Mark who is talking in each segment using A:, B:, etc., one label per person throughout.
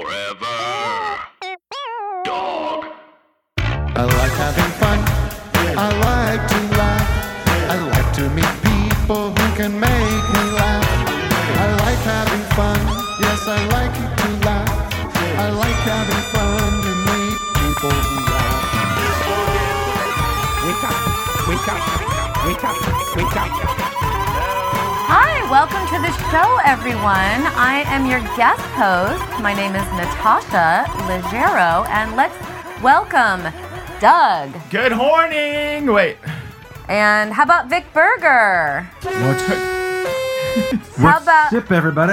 A: Forever. Dog.
B: I like having fun. I like to laugh. I like to meet people who can make me laugh. I like having fun. Yes, I like it to laugh. I like having fun to meet people who laugh.
C: Wake up! Wake up! Wake up! Wake up!
D: Hi, welcome to the show, everyone. I am your guest host. My name is Natasha Leggero, and let's welcome Doug.
E: Good morning. Wait.
D: And how about Vic Berger? How about
F: What's up, everybody?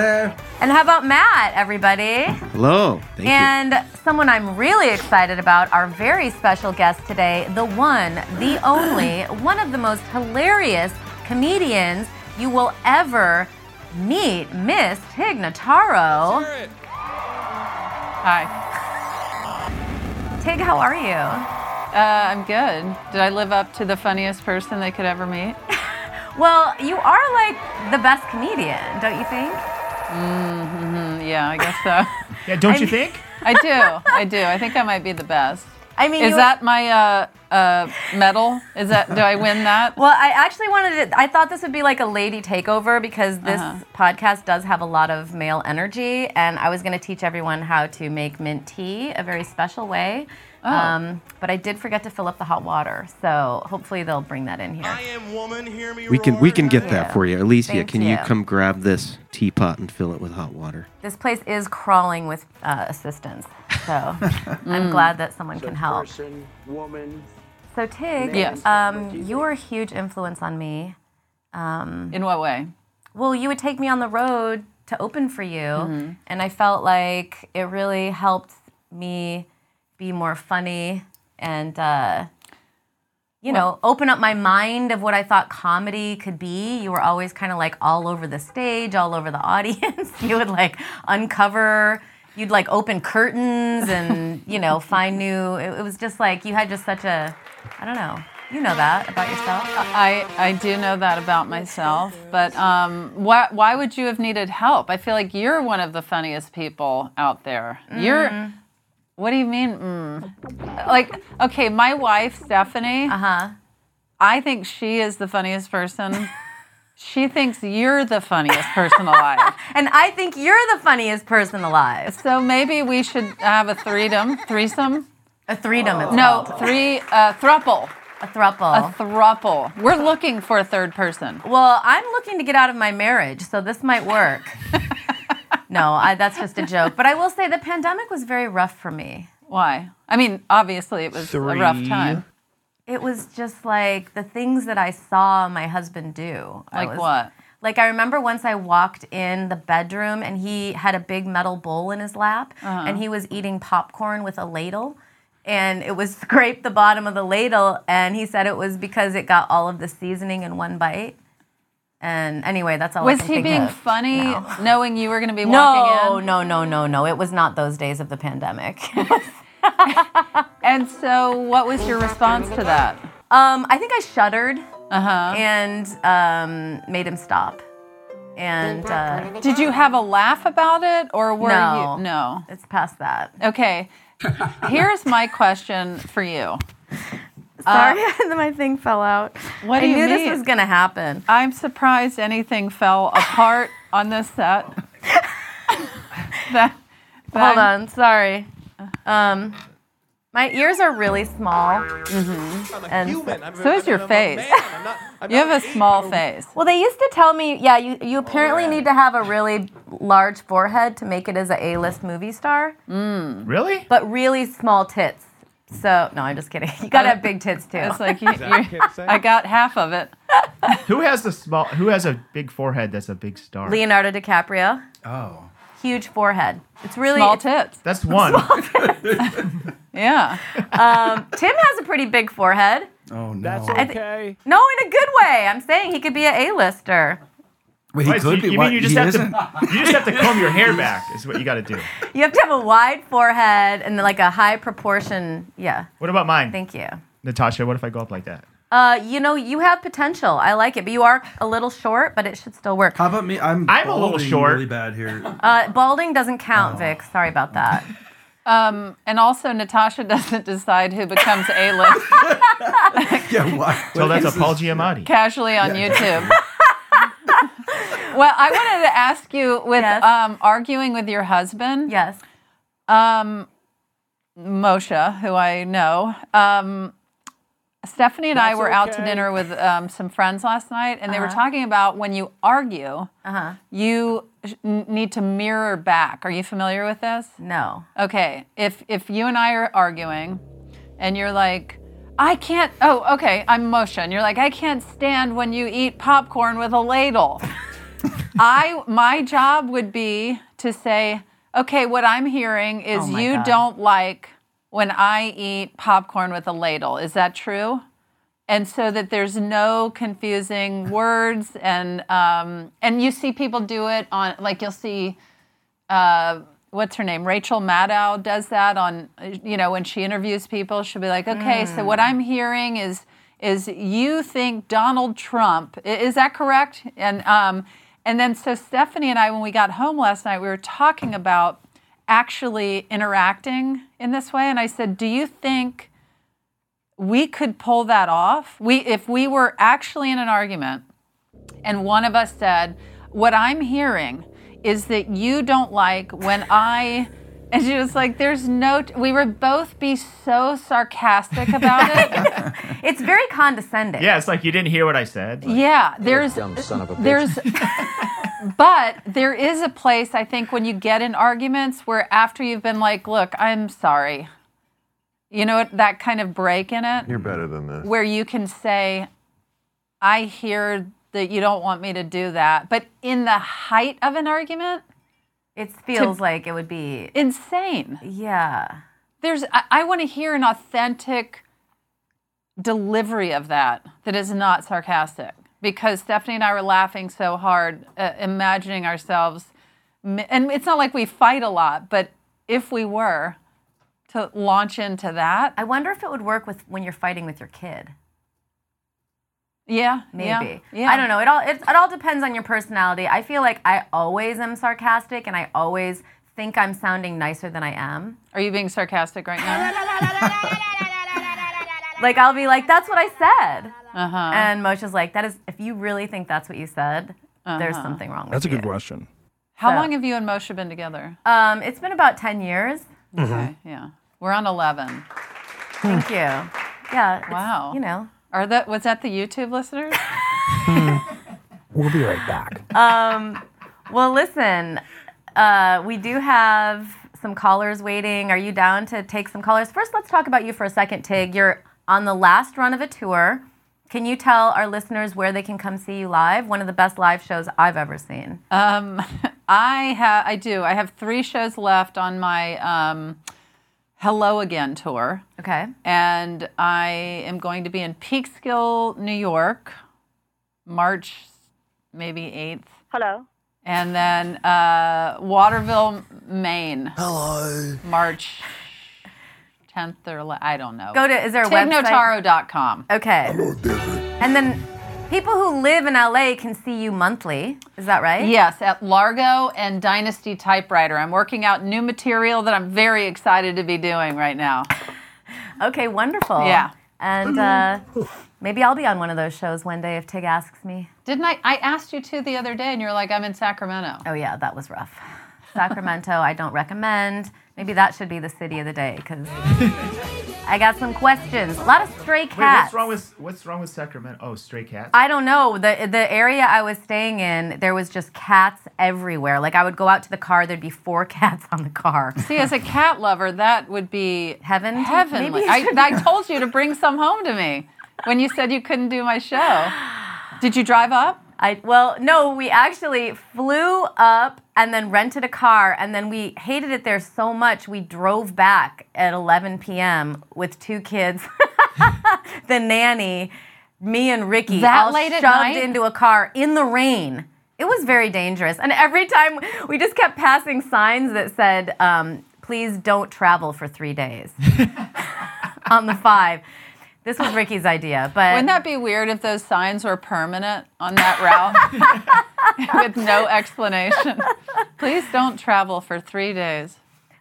D: and how about Matt, everybody?
F: Hello. Thank
D: And someone I'm really excited about, our very special guest today, the one, the only, one of the most hilarious comedians you will ever meet, Miss Tignataro.
G: Hi.
D: Tig, how are you?
G: Uh, I'm good. Did I live up to the funniest person they could ever meet?
D: Well, you are like the best comedian, don't you think?
G: Mm, yeah, I guess so.
E: Yeah, don't you think?
G: I do. I do. I think I might be the best.
D: I mean,
G: Is
D: you-
G: that my uh, uh, medal? Is that do I win that?
D: Well, I actually wanted to. I thought this would be like a lady takeover because this
G: Uh-huh.
D: podcast does have a lot of male energy, and I was going to teach everyone how to make mint tea a very special way.
G: Oh.
D: Um, but I did forget to fill up the hot water, so hopefully they'll bring that in here.
H: I am woman, hear me
F: We can
H: roar.
F: we can get that for you, Alicia.
D: Thank
F: can you.
D: you.
F: come grab this teapot and fill it with hot water?
D: This place is crawling with uh, assistance, so
I: Mm.
D: I'm glad that someone can help.
J: person, woman.
D: So Tig,
G: Yes.
D: um, you were a huge influence on me. Um,
G: In what way?
D: well, you would take me on the road to open for you.
G: Mm-hmm.
D: And I felt like it really helped me be more funny and, uh, you know, open up my mind of what I thought comedy could be. You were always kind of like all over the stage, all over the audience. you would like uncover. You'd like open curtains and you know find new. It, it was just like you had just such a, I don't know. You know that about yourself.
G: I, I do know that about myself, but um, why, why would you have needed help? I feel like you're one of the funniest people out there.
D: Mm-hmm.
G: You're, what do you mean? Mm? Like, okay, my wife, Stephanie,
D: Uh huh.
G: I think she is the funniest person. she thinks you're the funniest person alive.
D: And I think you're the funniest person alive.
G: So maybe we should have a threedom, threesome?
D: A threedom. It's
G: No,
D: called.
G: three, uh, thruple,
D: a thruple.
G: a thruple. We're looking for a third person.
D: well, I'm looking to get out of my marriage, so this might work. no, I, that's just a joke. But I will say the pandemic was very rough for me.
G: Why? I mean, obviously it was a rough
E: Three.
G: time.
D: It was just like the things that I saw my husband do. I
G: Like
D: was-
G: what?
D: Like I remember once I walked in the bedroom and he had a big metal bowl in his lap
G: Uh-huh.
D: and he was eating popcorn with a ladle and it was scraped the bottom of the ladle and he said it was because it got all of the seasoning in one bite. And anyway, that's all I
G: Was
D: can
G: he
D: think
G: being
D: of
G: funny,
D: now.
G: knowing you were going to be walking
D: No,
G: in?
D: no, no, no, no. It was not those days of the pandemic.
G: And so, what was your response to that?
D: um, I think I shuddered
G: Uh huh.
D: and um, made him stop. And uh,
G: Did you have a laugh about it, or were
D: No.
G: you no?
D: it's past that.
G: Okay. Here's my question for you. Uh,
D: Sorry, my thing fell out.
G: What
D: I
G: do you
D: knew
G: mean?
D: this was gonna happen.
G: I'm surprised anything fell apart on this set. that, that-
D: Hold on, sorry. Um, my ears are really small. And
G: So is your face. You have a small face.
D: well, they used to tell me, yeah, you you apparently need to have a really large forehead to make it as a A-list movie star,
C: Hmm.
E: Really?
D: but really small tits. So no, I'm just kidding. You gotta have big tits too.
G: It's like you, you, I got half of it.
E: Who has the small? Who has a big forehead? That's a big star.
D: Leonardo DiCaprio,
F: Oh.
D: huge forehead. It's really
G: Small tits.
E: That's one.
G: Yeah.
D: Um, Tim has a pretty big forehead.
F: Oh no.
J: That's
D: I thi-
J: okay.
D: No, in a good way. I'm saying he could be a A-lister.
F: Wait,
E: Right, so you, you mean you just have to? You just have to comb your hair back. Is what you got to do.
D: You have to have a wide forehead and like a high proportion. Yeah,
E: What about mine,
D: thank you.
E: Natasha? What if I go up like that?
D: Uh, you know, you have potential. I like it, but you are a little short, but it should still work.
H: How about me? I'm
E: I'm a little
H: balding
E: short.
H: Really bad here.
D: Uh, balding doesn't count, Vic. Sorry about that.
G: Oh. Um, and also, Natasha doesn't decide who becomes A-list
H: yeah, why?
E: So that's a Paul
H: apology.
E: Giamatti.
G: casually on YouTube. well, I wanted to ask you with
D: Yes.
G: um, arguing with your husband.
D: Yes.
G: Um, Moshe, who I know, um, Stephanie and I were out to dinner with um, some friends last night, and they were talking about when you argue, you sh- n- need to mirror back. Are you familiar with this?
D: No.
G: Okay, if if you and I are arguing, and you're like, I can't. Oh, okay, I'm Moshe, and you're like, I can't stand when you eat popcorn with a ladle. I my job would be to say, okay, what I'm hearing is
D: Oh my
G: you
D: God.
G: don't like when I eat popcorn with a ladle. Is that true? And so that there's no confusing words, and um, and you see people do it on like you'll see uh, what's her name? Rachel Maddow does that on, you know, when she interviews people, she'll be like, okay, so what I'm hearing is, is you think Donald Trump, i- is that correct? And, um, and then so Stephanie and I, when we got home last night, we were talking about actually interacting in this way. And I said, do you think we could pull that off? We, if we were actually in an argument, and one of us said, What I'm hearing is that you don't like when I. And she was like, There's no. T-. We would both be so sarcastic about it.
D: It's very condescending.
E: Yeah, it's like you didn't hear what I said.
G: yeah, there's.
J: dumb son of a bitch.
G: There's. But there is a place, I think, when you get in arguments where after you've been like, Look, I'm sorry. You know, what? that kind of break in it.
K: You're better than this.
G: where you can say, I hear that you don't want me to do that. But in the height of an argument,
D: It feels like it would be.
G: insane.
D: Yeah.
G: There's, I, I want to hear an authentic delivery of that that is not sarcastic. Because Stephanie and I were laughing so hard, uh, imagining ourselves, mi- and it's not like we fight a lot, but if we were to launch into that,
D: I wonder if it would work with when you're fighting with your kid.
G: yeah, yeah,
D: Maybe.
G: yeah.
D: I don't know. It all it, it all depends on your personality. I feel like I always am sarcastic and I always think I'm sounding nicer than I am.
G: Are you being sarcastic right now?
D: Like I'll be like, "That's what I said,"
G: Uh huh.
D: and Moshe's like, "That is if you really think that's what you said, there's something wrong."
L: That's a
D: with
L: good
D: you.
L: question.
G: Uh-huh. How
D: So-
G: long have you and Moshe been together?
D: Um, it's been about ten years.
G: Okay, yeah. We're on 11.
D: Thank you. Yeah. it's-
G: Wow.
D: You know.
G: Are that was that the YouTube listeners?
L: We'll be right back.
D: Um, Well, listen, uh, we do have some callers waiting. Are you down to take some callers? First, let's talk about you for a second, Tig. You're on the last run of a tour. Can you tell our listeners where they can come see you live? One of the best live shows I've ever seen.
G: Um, I have I do. I have 3 shows left on my um, Hello Again tour
D: Okay.
G: and I am going to be in Peekskill, New York, March maybe 8th.
A: Hello.
G: And then uh, Waterville, Maine. Hello. March 10th or ele- I don't know.
D: Go to, is there a website?
G: tignotaro.com.
D: Okay. And then people who live in LA can see you monthly. Is that right?
G: Yes, at Largo and Dynasty Typewriter. I'm working out new material that I'm very excited to be doing right now.
D: Okay, wonderful.
G: Yeah.
D: And uh,
G: Mm-hmm.
D: maybe I'll be on one of those shows one day if Tig asks me.
G: Didn't I? I asked you to the other day, and you were like, "I'm in Sacramento."
D: Oh yeah, that was rough. Sacramento, I don't recommend. Maybe that should be the city of the day because I got some questions. A lot of stray
E: Wait,
D: cats.
E: what's wrong with what's wrong with Sacramento? Oh, stray cats.
D: I don't know. The the area I was staying in, there was just cats everywhere. Like I would go out to the car, there'd be four cats on the car.
G: See, as a cat lover, that would be
D: Heaven? Maybe
G: Heavenly.
D: you
G: I,
D: should-
G: I told you to bring some home to me when you said you couldn't do my show. Did you drive up?
D: I well, no, we actually flew up and then rented a car and then we hated it there so much we drove back at 11 p.m. with two kids, the nanny, me and Ricky,
G: That
D: all
G: late at
D: shoved
G: night?
D: into a car in the rain. It was very dangerous, and every time we just kept passing signs that said, um, "Please don't travel for three days." on the five. This was Ricky's idea, but
G: Wouldn't that be weird if those signs were permanent on that route with no explanation? Please don't travel for three days.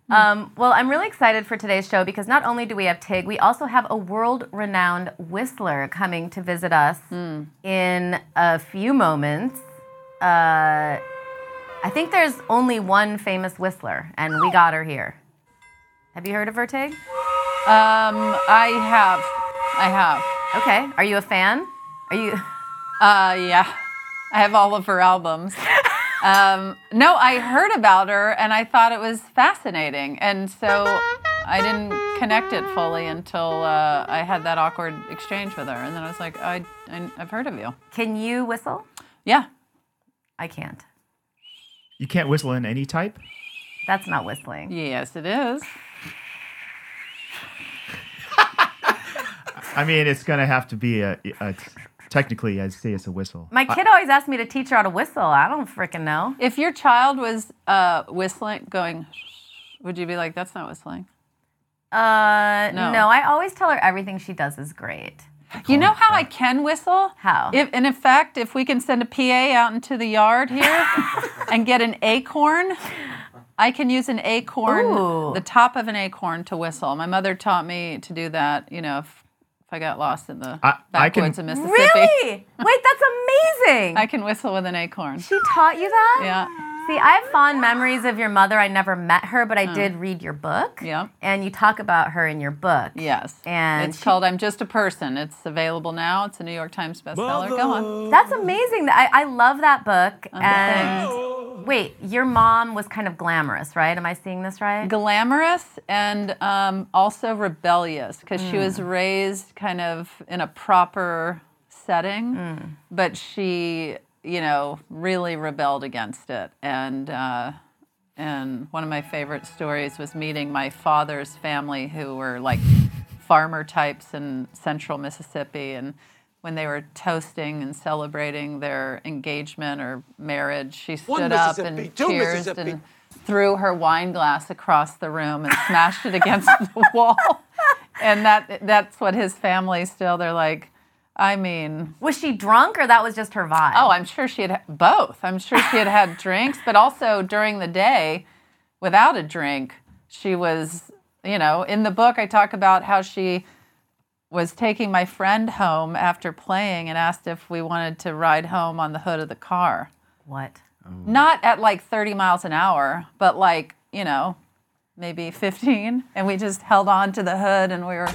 G: Hmm.
D: Um, well, I'm really excited for today's show because not only do we have Tig, we also have a world renowned whistler coming to visit us
G: Hmm.
D: in a few moments. Uh, I think there's only one famous whistler, and we got her here. Have you heard of her, Tig?
G: Um, I have, I have.
D: Okay. Are you a fan? Are you?
G: Uh, yeah, I have all of her albums. Um, no, I heard about her and I thought it was fascinating, and so I didn't connect it fully until uh, I had that awkward exchange with her, and then I was like, I, I I've heard of you.
D: Can you whistle?
G: Yeah.
D: I can't.
E: You can't whistle in any type.
D: That's not whistling.
G: Yes, it is.
E: I mean, it's gonna have to be a. a technically, I'd say it's a whistle.
D: My kid always asks me to teach her how to whistle. I don't freaking know.
G: If your child was uh, whistling, going, would you be like, that's not whistling?
D: Uh,
G: No.
D: no, I always tell her everything she does is great.
G: You know how I can whistle?
D: How?
G: If, and in fact, if we can send a PA out into the yard here and get an acorn, I can use an acorn,
D: Ooh.
G: the top of an acorn, to whistle. My mother taught me to do that, you know, if, if I got lost in the
E: I- I can-
G: backwoods of Mississippi.
D: Really? Wait, that's amazing.
G: I can whistle with an acorn.
D: she taught you that?
G: Yeah.
D: See, I have fond memories of your mother. I never met her, but I did read your book.
G: Uh. Yeah.
D: And you talk about her in your book.
G: Yes.
D: And
G: it's
D: she-
G: called I'm Just a Person. It's available now. It's a New York Times bestseller. Go on. Uh,
D: That's amazing. I, I love that book. and wait, your mom was kind of glamorous, right? Am I seeing this right?
G: glamorous and um, also rebellious because she was raised kind of in a proper setting, but she, you know, really rebelled against it. And uh, and one of my favorite stories was meeting my father's family, who were like farmer types in central Mississippi, and when they were toasting and celebrating their engagement or marriage, she stood up and cheers and threw her wine glass across the room and smashed it against the wall. And that that's what his family still they're like, I mean,
D: was she drunk or that was just her vibe?
G: oh, I'm sure she had had both. I'm sure she had had drinks, but also during the day without a drink, she was, you know, in the book I talk about how she was taking my friend home after playing and asked if we wanted to ride home on the hood of the car
D: What?
G: not at like 30 miles an hour, but like, you know, maybe 15. And we just held on to the hood and we were.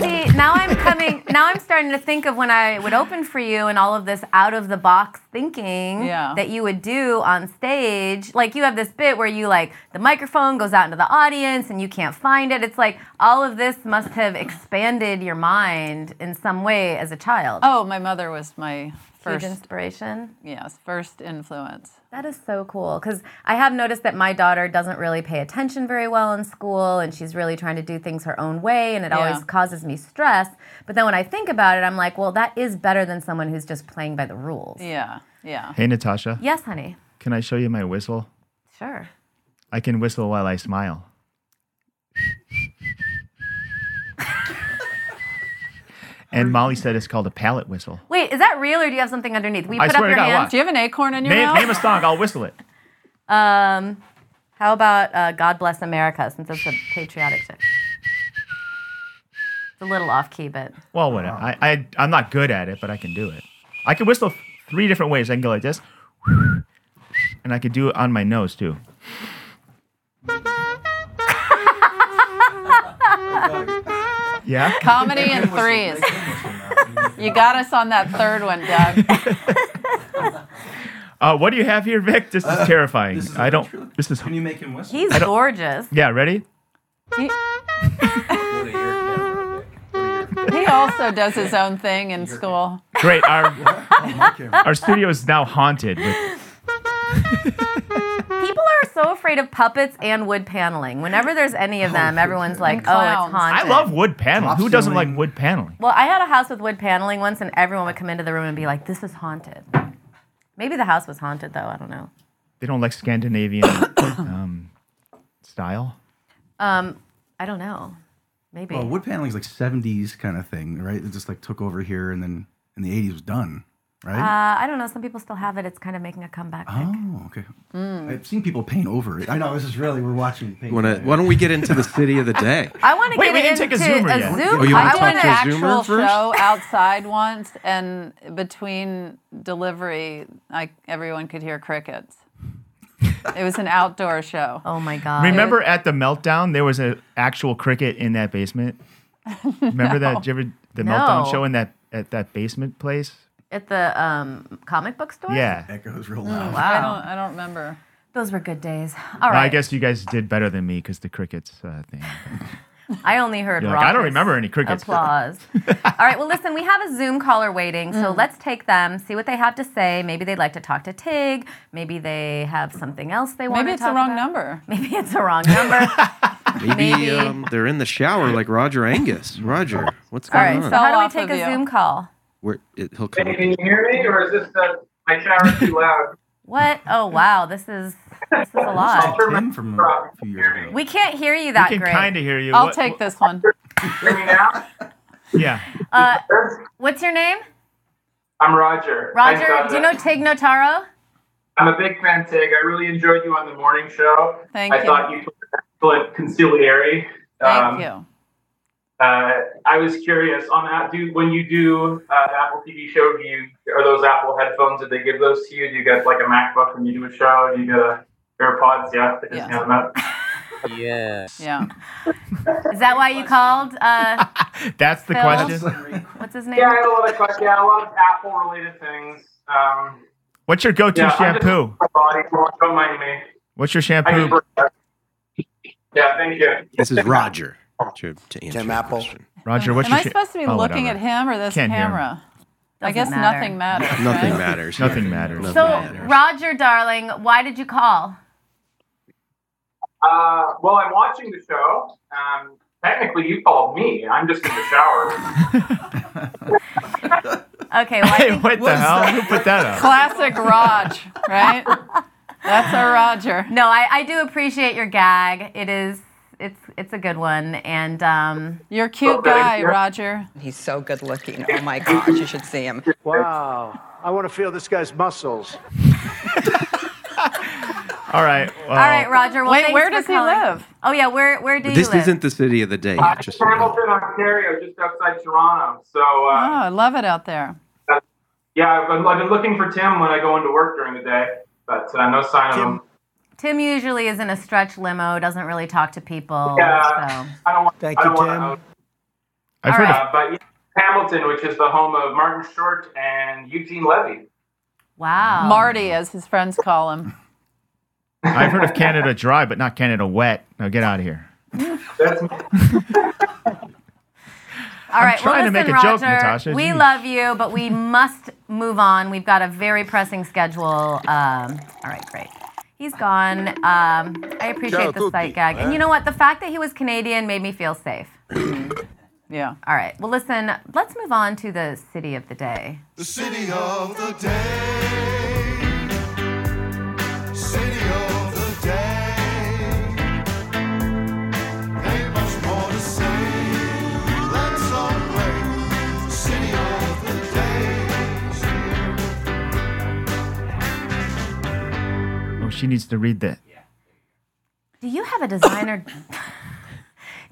D: See, now I'm coming. Now I'm starting to think of when I would open for you and all of this out of the box thinking
G: Yeah.
D: that you would do on stage. Like you have this bit where you like the microphone goes out into the audience and you can't find it. It's like all of this must have expanded your mind in some way as a child.
G: Oh, my mother was my
D: Huge
G: first,
D: inspiration.
G: yes, first influence.
D: That is so cool because I have noticed that my daughter doesn't really pay attention very well in school and she's really trying to do things her own way and it
G: Yeah.
D: always causes me stress. But then when I think about it, I'm like, well, that is better than someone who's just playing by the rules.
G: Yeah, yeah.
E: Hey, Natasha,
D: Yes, honey.
E: can I show you my whistle?
D: Sure.
E: I can whistle while I smile. and Molly said it's called a palate whistle.
D: Wait, is that real or do you have something underneath? We
E: I
D: put up
E: swear to
D: your
E: God,
D: hand.
G: Do you have an acorn in your
E: Name,
G: mouth?
E: name a song, I'll whistle it.
D: Um, how about uh, God Bless America since it's a patriotic show? It's a little off key, but
E: Well, whatever. I, I, I'm not good at it, but I can do it. I can whistle three different ways. I can go like this, and I could do it on my nose too. yeah?
G: Comedy in threes. you got us on that third one, Doug.
E: Uh, what do you have here, Vic? This is terrifying.
H: Uh, this is
E: I don't.
H: ventriloquist.
E: This is.
H: Can you make him whistle?
D: he's gorgeous.
E: Yeah, ready?
H: Go to your camera.
G: He also does his own thing in school.
E: Great. Our,
H: My camera.
E: our studio is now haunted with
D: People are so afraid of puppets and wood paneling. Whenever there's any of them, everyone's like, "Oh, it's
G: clowns.
D: haunted."
E: I love wood paneling. Who doesn't like wood paneling?
D: Well, I had a house with wood paneling once, and everyone would come into the room and be like, "This is haunted." Maybe the house was haunted, though. I don't know.
E: They don't like Scandinavian um, style.
D: Um, I don't know. Maybe.
J: Well, wood paneling's like '70s kind of thing, right? It just like took over here, and then in the '80s was done, right?
D: Uh, I don't know. Some people still have it. It's kind of making a comeback.
J: oh, okay.
D: Mm.
J: I've seen people paint over it. I know this is really we're watching. Paint
F: Wanna- why don't we get into the city of the day?
D: I want to
G: Wait,
D: get
G: we didn't
D: into
G: take a Zoomer
D: a
G: yet.
D: Zoom.
F: Oh, you wanna
D: I
F: talk
D: want
G: an
F: to a Zoomer
G: actual
F: first?
G: show outside once, and between delivery, I, everyone could hear crickets. It was an outdoor show.
D: Oh my god!
E: Remember at the meltdown, there was an actual cricket in that basement. Remember that? Did you ever the
D: No.
E: meltdown show in that at that basement place?
D: at the um, comic book store.
E: Yeah.
J: That goes real
G: Mm, I
D: loud. Wow.
G: don't. I don't remember.
D: Those were good days. All
E: Well, I
D: right.
E: guess you guys did better than me because the crickets uh, thing.
D: I only heard.
E: You're like, I don't
D: raucous
E: remember any crickets.
D: Applause. All right. Well, listen, we have a Zoom caller waiting, so
G: Mm.
D: let's take them, see what they have to say. Maybe they'd like to talk to Tig. Maybe they have something else they want
G: Maybe it's
D: to
G: the
D: talk
G: wrong
D: about.
G: number.
D: Maybe it's the wrong number.
F: Maybe,
D: Maybe.
F: Um, they're in the shower like Roger Angus. Roger, what's
D: All
F: going
D: right.
F: on?
D: So how do we
G: off
D: take
G: of
D: a
G: you.
D: Zoom call?
F: Where, it, he'll come
K: Hey,
F: up.
K: can you hear me, or is this the, my shower too loud?
D: What? Oh wow, this is this is a
K: I'll
D: lot.
K: turn my
J: from
K: off.
J: a few years ago.
D: We can't hear you that
E: we can
D: great.
E: kind of hear you.
G: I'll
E: What-
G: take this one.
K: Hear me now?
E: what- yeah.
D: Uh, what's your name?
K: I'm Roger. Thanks,
D: Roger. Do you know
K: Dada.
D: Tig Notaro?
K: I'm a big fan, Tig. I really enjoyed you on the morning show.
G: Thank
K: I
G: you.
K: thought you were excellent conciliary.
G: Thank
K: Um,
G: you.
K: Uh, I was curious on that. Do when you do uh, Apple TV show, do you are those Apple headphones? Did they give those to you? Do you get like a MacBook when you do a show? Do you get a AirPods? Yeah, they just
G: Yeah.
K: hand them out.
M: Yeah.
G: Yeah.
D: Is that why you called? Uh,
E: That's the
D: Phil?
E: question.
D: what's his name?
K: Yeah, I had a lot of questions. Yeah, a lot of Apple related things. Um,
E: What's your go-to
K: yeah, I'm just-
E: Oh, shampoo?
K: my body, don't mind me.
E: What's your
K: I
E: shampoo?
K: just- yeah, thank you.
F: This is Roger.
K: Oh.
F: To, to answer Tim Apple.
E: Roger, what's
G: Am
E: your
G: I
E: sha-
G: supposed to be
E: Oh,
G: looking
E: whatever.
G: at him or this
E: Can't hear him.
G: camera? I
D: Doesn't
G: guess
D: matter.
G: nothing matters.
F: Nothing
G: right?
F: matters.
E: Nothing matters.
F: Nothing
D: So,
F: matters.
D: Roger, darling, why did you call?
K: Uh, well, I'm watching the show. Um, technically, you called me. I'm just in the shower.
D: Okay, well, I
E: Hey,
D: think
E: what the hell? Who put that up?
G: Classic Raj, right? That's our Roger.
D: no, I, I do appreciate your gag. It is, it's, it's a good one, and um,
G: You're a cute
K: Okay.
G: guy, Roger.
M: He's so good looking. Oh my gosh, you should see him.
N: Wow. I want to feel this guy's muscles.
E: All right.
D: all right, Roger. Well,
G: Wait,
D: thanks
G: where
D: for
G: does he
D: calling.
G: live?
D: Oh yeah, where, where do
F: This
D: you live?
F: isn't the city of the day.
K: I'm
F: just
K: just
F: so you know.
K: Hamilton, Ontario, just outside Toronto. So,
G: Oh,
D: Ah.
K: uh,
G: I love it out there.
K: yeah, I've been, I've been looking for Tim when I go into work during the day, but uh, no sign of him.
D: Tim usually is in a stretch limo, doesn't really talk to people.
K: Yeah.
D: Oh, So.
K: I don't want.
N: Thank
K: I don't
N: you,
K: want
N: Tim.
K: to know.
E: I've
D: All
E: heard
D: right.
K: Uh, but yeah, Hamilton, which is the home of Martin Short and Eugene Levy.
D: Wow.
G: Marty, as his friends call him.
E: of I've heard of Canada dry, but not Canada wet. Now get out of here.
K: That's me.
D: All right, well,
E: trying to
D: listen,
E: make a
D: Roger,
E: joke, Natasha.
D: We
E: Jeez.
D: love you, but we must move on. We've got a very pressing schedule. Um, all right, great. He's gone. Um, I appreciate the sight gag. And you know what? The fact that he was Canadian made me feel safe.
G: Yeah.
D: All right. Well, listen, let's move on to the city of the day.
B: The city of the day. City of the day. Ain't much more to say. Let's all play. City of the day.
E: Oh, she needs to read that.
D: Do you have a designer?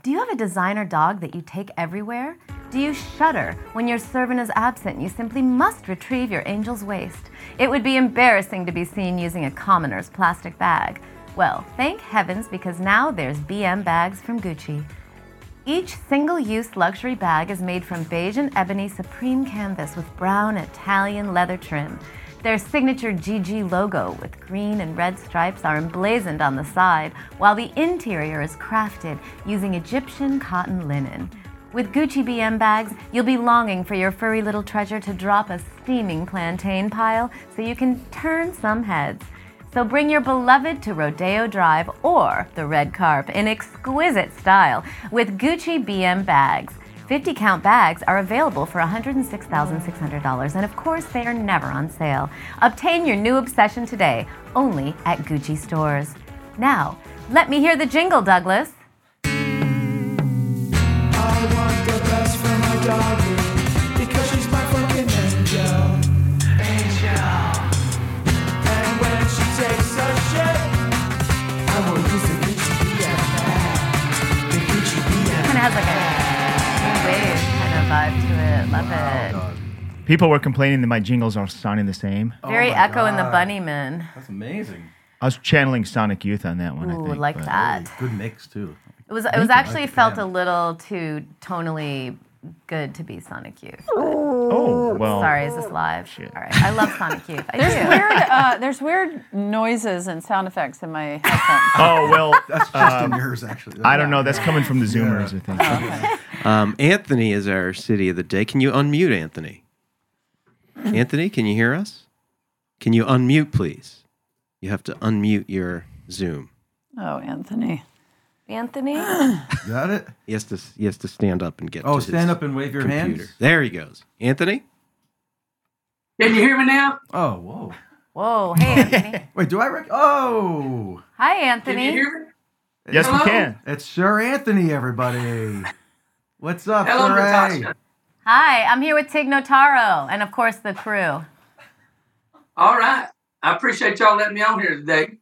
D: Do you have a designer dog that you take everywhere? Do you shudder when your servant is absent and you simply must retrieve your angel's waste? It would be embarrassing to be seen using a commoner's plastic bag. Well, thank heavens because now there's BM bags from Gucci. Each single use luxury bag is made from beige and ebony supreme canvas with brown Italian leather trim. Their signature GG logo with green and red stripes are emblazoned on the side, while the interior is crafted using Egyptian cotton linen. With Gucci BM bags, you'll be longing for your furry little treasure to drop a steaming plantain pile so you can turn some heads. So bring your beloved to Rodeo Drive or the Red Carp in exquisite style with Gucci BM bags. 50 count bags are available for $106,600, and of course, they are never on sale. Obtain your new obsession today only at Gucci stores. Now, let me hear the jingle, Douglas.
O: doggy because she's my fucking angel. Angel. And when she takes a shit, I will use the Gucci BFF. The Gucci
D: Kind
O: BFF.
D: of has like a wave kind of vibe to it. Love it.
E: People were complaining that my jingles are sounding the same.
D: Very Echo and the Bunnymen.
J: Oh That's amazing.
E: I was channeling Sonic Youth on that one. I
D: Ooh,
E: think,
D: like
E: but-
D: that.
J: Good mix too.
D: It was. It
E: Thank
D: was
E: you.
D: actually
E: Like
D: felt a little too tonally good to be Sonic Youth.
E: Oh well.
D: Sorry, is this live? All right. I love Sonic Youth. I
G: There's
D: do.
G: weird, uh, there's weird noises and sound effects in my headphones.
E: Oh well. um,
J: That's just in yours, actually.
E: I don't know. That's coming from the Zoomers, I think.
F: Um, Anthony is our city of the day. Can you unmute Anthony? Anthony, can you hear us? Can you unmute, please? You have to unmute your Zoom.
G: Oh, Anthony.
D: Anthony.
J: Got it.
F: He has to. He has to stand up and get.
J: Oh,
F: to his
J: stand up and wave your
F: computer.
J: hands?
F: There he goes. Anthony.
J: Can you hear me now? Oh, whoa.
D: Whoa. Hey, Anthony.
J: Wait, do I rec- Oh.
D: Hi, Anthony.
J: Can you
D: hear me?
J: Yes,
D: we Hello? can.
J: It's Sir Anthony, everybody. What's up,
D: Hello,
J: Sir A?
D: Natasha. Hi, I'm here with Tig Notaro and of course the crew.
P: All right. I appreciate y'all letting me on here today.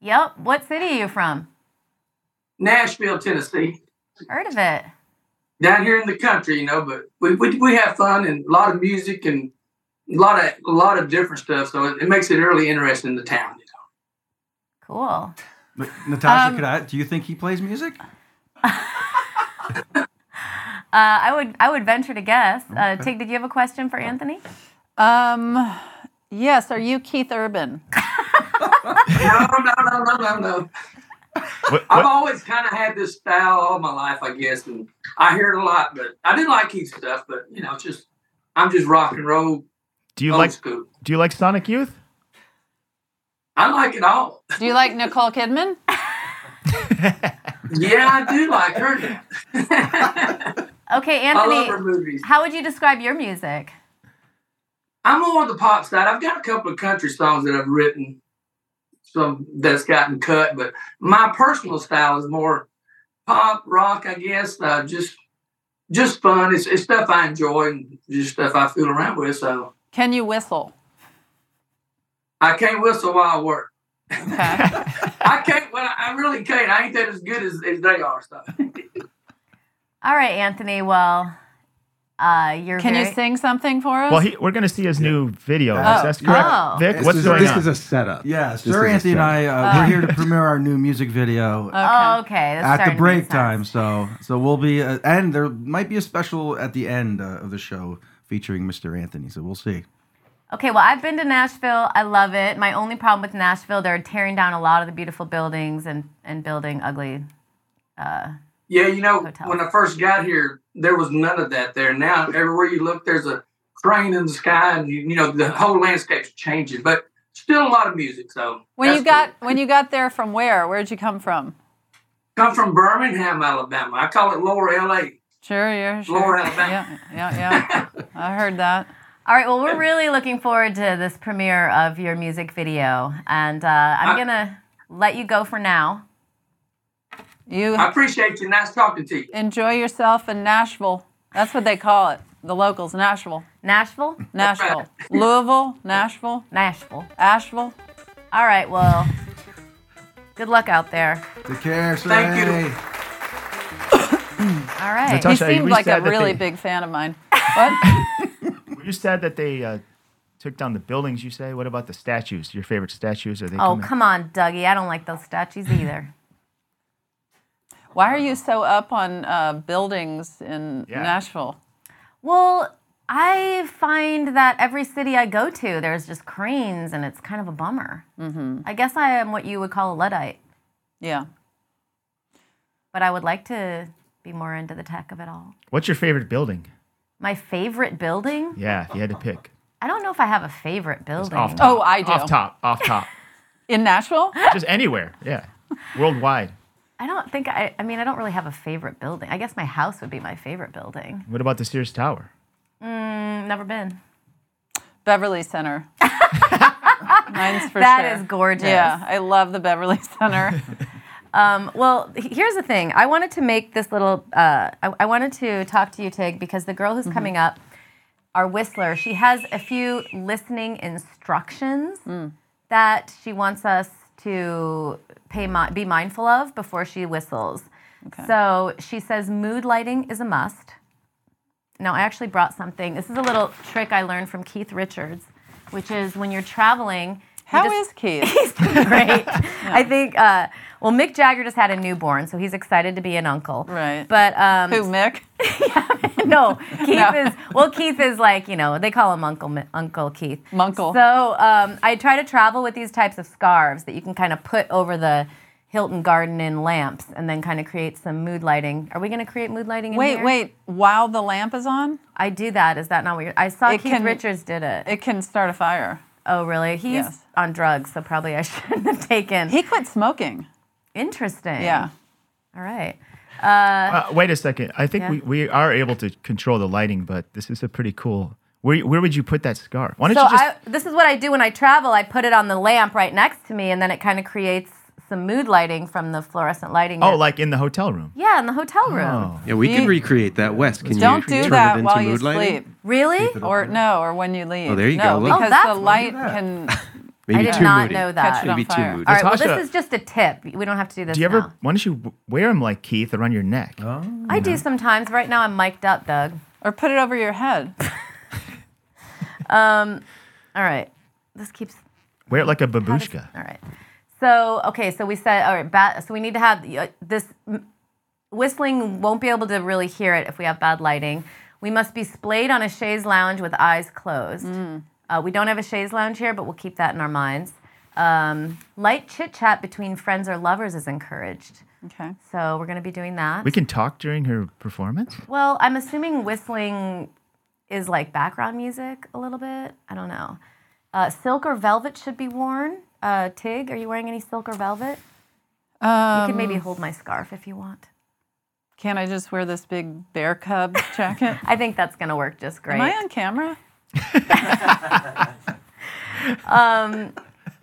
D: Yep. What city are you from?
P: Nashville, Tennessee,
D: Heard of it?
P: down here in the country, you know, but we, we, we have fun and a lot of music and a lot of a lot of different stuff. So it, it makes it really interesting the town.
D: Cool.
J: N- Natasha,
D: Um,
J: could I? Do you think he plays music?
D: Uh, I would. I would venture to guess. Uh, Tig, did you have a question for Anthony?
G: Um, yes, are you Keith Urban?
P: No, no, no, no, no, no. I've always kind of had this style all my life, I guess, and I hear it a lot. But I do like his stuff, but you know, it's just I'm just rock and roll.
E: Do you
P: old
E: like?
P: school.
E: Do you like Sonic Youth?
P: I like it all.
G: Do you like Nicole Kidman?
P: Yeah, I do like her.
D: Okay,
P: I love
D: Anthony.
P: her movies.
D: How would you describe your music?
P: I'm more on the pop side. I've got a couple of country songs that I've written, some that's gotten cut, but my personal style is more pop rock, I guess. Uh, just just fun. It's, it's stuff I enjoy and just stuff I fool around with. So
G: Can you whistle?
P: I can't whistle while I work. I can't. Well, I really can't. I ain't that as good as, as they are. So
D: All right, Anthony. Well, uh, you're.
G: Can you
D: very-
G: sing something for us?
E: Well, he, we're gonna see his new video.
G: Oh.
E: That's correct.
G: Oh.
E: Vic,
J: This
E: what's
J: is a-
E: going
J: this
E: on?
J: is a
F: setup.
J: Yeah,
F: This
J: Sir
F: is
J: Anthony and
F: Sir.
J: I. Uh,
F: Oh.
J: We're here to premiere our new music video
D: Oh, okay. That's
J: at
D: starting
J: the
D: to
J: break
D: make sense.
J: time. So, so we'll be, uh, and there might be a special at the end uh, of the show featuring Mr. Anthony. So we'll see.
D: Okay, well, I've been to Nashville. I love it. My only problem with Nashville, they're tearing down a lot of the beautiful buildings and and building ugly. Uh,
P: yeah, you know, when I first got here, there was none of that there. Now everywhere you look, there's a crane in the sky, and you, you know the whole landscape's changing. But still, a lot of music. So
G: when you
P: that's
G: got when you got there from where? Where'd you come from?
P: Come from Birmingham, Alabama. I call it Lower LA.
G: Sure, you're sure.
P: Lower
G: Yeah, yeah, yeah. I heard that.
D: all right, well, we're really looking forward to this premiere of your music video, and uh, I'm
P: I-
D: gonna let you go for now.
G: You
P: I appreciate you. Nice talking to you.
G: enjoy yourself in Nashville. That's what they call it. The locals, Nashville.
D: Nashville?
G: Nashville. Louisville, Nashville.
D: Nashville.
G: Asheville.
D: All right, well, good luck out there.
J: Take care, Sir
D: Thank you.
J: A.
D: All right.
E: Natasha,
G: he seemed
E: we
G: like a
E: said that
G: really
E: they-
G: big fan of mine. What?
E: Were you sad that they uh, took down the buildings? You say. What about the statues? Your favorite statues? Are they?
D: Oh,
E: coming?
D: come on, Dougie. I don't like those statues either.
G: Why are you so up on uh, buildings in Nashville?
D: Well, I find that every city I go to, there's just cranes, and it's kind of a bummer.
G: Mm-hmm.
D: I guess I am what you would call a Luddite,
G: Yeah.
D: but I would like to be more into the tech of it all.
E: What's your favorite building?
D: My favorite building?
E: Yeah, if you had to pick.
D: I don't know if I have a favorite building. Oh,
E: Off top. Off top. Off top.
G: Oh, In Nashville?
E: Just anywhere. Yeah. Worldwide.
D: I don't think I, I mean, I don't really have a favorite building. I guess my house would be my favorite building.
E: What about the Sears Tower?
D: Mm, never been.
G: Beverly Center. Mine's for
D: That
G: sure.
D: is gorgeous.
G: Yeah, I love the Beverly Center.
D: Um, well, he- here's the thing. I wanted to make this little. Uh, I, I wanted to talk to you, Tig, because the girl who's
G: Mhm.
D: coming up, our whistler, she has a few listening instructions that she wants us to pay mi- be mindful of before she whistles. So she says mood lighting is a must. Now, I actually brought something. This is a little trick I learned from Keith Richards, which is when you're traveling. How is
G: Keith?
D: He's doing great. I think, uh, well, Mick Jagger just had a newborn, so he's excited to be an uncle. Right. But, um,
G: Who, Mick?
D: no, Keith
G: No.
D: is, well, Keith is like, you know, they call him Uncle, Mi- Uncle Keith.
G: Munkle.
D: So um, I try to travel with these types of scarves that you can kind of put over the Hilton Garden Inn lamps and then kind of create some mood lighting. Are we going to create mood lighting in
G: Wait,
D: here?
G: wait, While the lamp is on?
D: I do that. Is that not what you're... I saw
G: It
D: Keith
G: can-
D: Richards did it.
G: It can start a fire.
D: Oh, really? He's
G: Yes.
D: on drugs, so probably I shouldn't have taken...
G: He quit smoking.
D: Interesting.
G: Yeah.
D: All right. Uh,
E: Uh, wait a second. I think
D: Yeah.
E: we, we are able to control the lighting, but this is a pretty cool. Where where would you put that scarf? Why don't
D: so
E: you just?
D: I, this is what I do when I travel. I put it on the lamp right next to me, and then it kind of creates some mood lighting from the fluorescent lighting.
E: oh,
D: that-
E: like Oh, in the hotel room.
D: yeah, in the hotel room.
F: Yeah, we can
G: You-
F: recreate that. West, can
G: Don't do
F: you turn it
G: that
F: into
G: while you
F: mood lighting?
G: sleep.
D: Really?
G: Or no, or when you leave.
F: Oh, there you
G: no,
F: go. Look. Oh,
G: Because
D: that's
G: the
D: what-
G: light can.
F: Maybe
D: I did
F: too
D: not
F: moody.
D: know that.
G: Catch it on
F: Maybe too
G: fire.
F: moody.
D: All right, well,
E: Natasha-
D: this is just a tip. We don't have to do this
E: Do you ever?
D: now.
E: Why don't you wear them like Keith around your neck? Oh.
D: I do sometimes. Right now, I'm mic'd up, Doug.
G: Or put it over your head.
D: um, all right. This keeps
E: Wear it like a babushka.
D: All right. So okay, so we said all right. Bad, so we need to have uh, this m- whistling. Won't be able to really hear it if we have bad lighting. We must be splayed on a chaise lounge with eyes closed. Uh, we don't have a chaise lounge here, but we'll keep that in our minds. Um, light chit chat between friends or lovers is encouraged.
G: Okay.
D: So we're going to be doing that.
E: We can talk during her performance.
D: Well, I'm assuming whistling is like background music a little bit. I don't know. Uh, silk or velvet should be worn. Uh, Tig, are you wearing any silk or velvet? you can maybe
G: Um,
D: hold my scarf if you want.
G: Can I just wear this big bear cub jacket?
D: I think that's going to work just great.
G: Am I on camera?
D: um,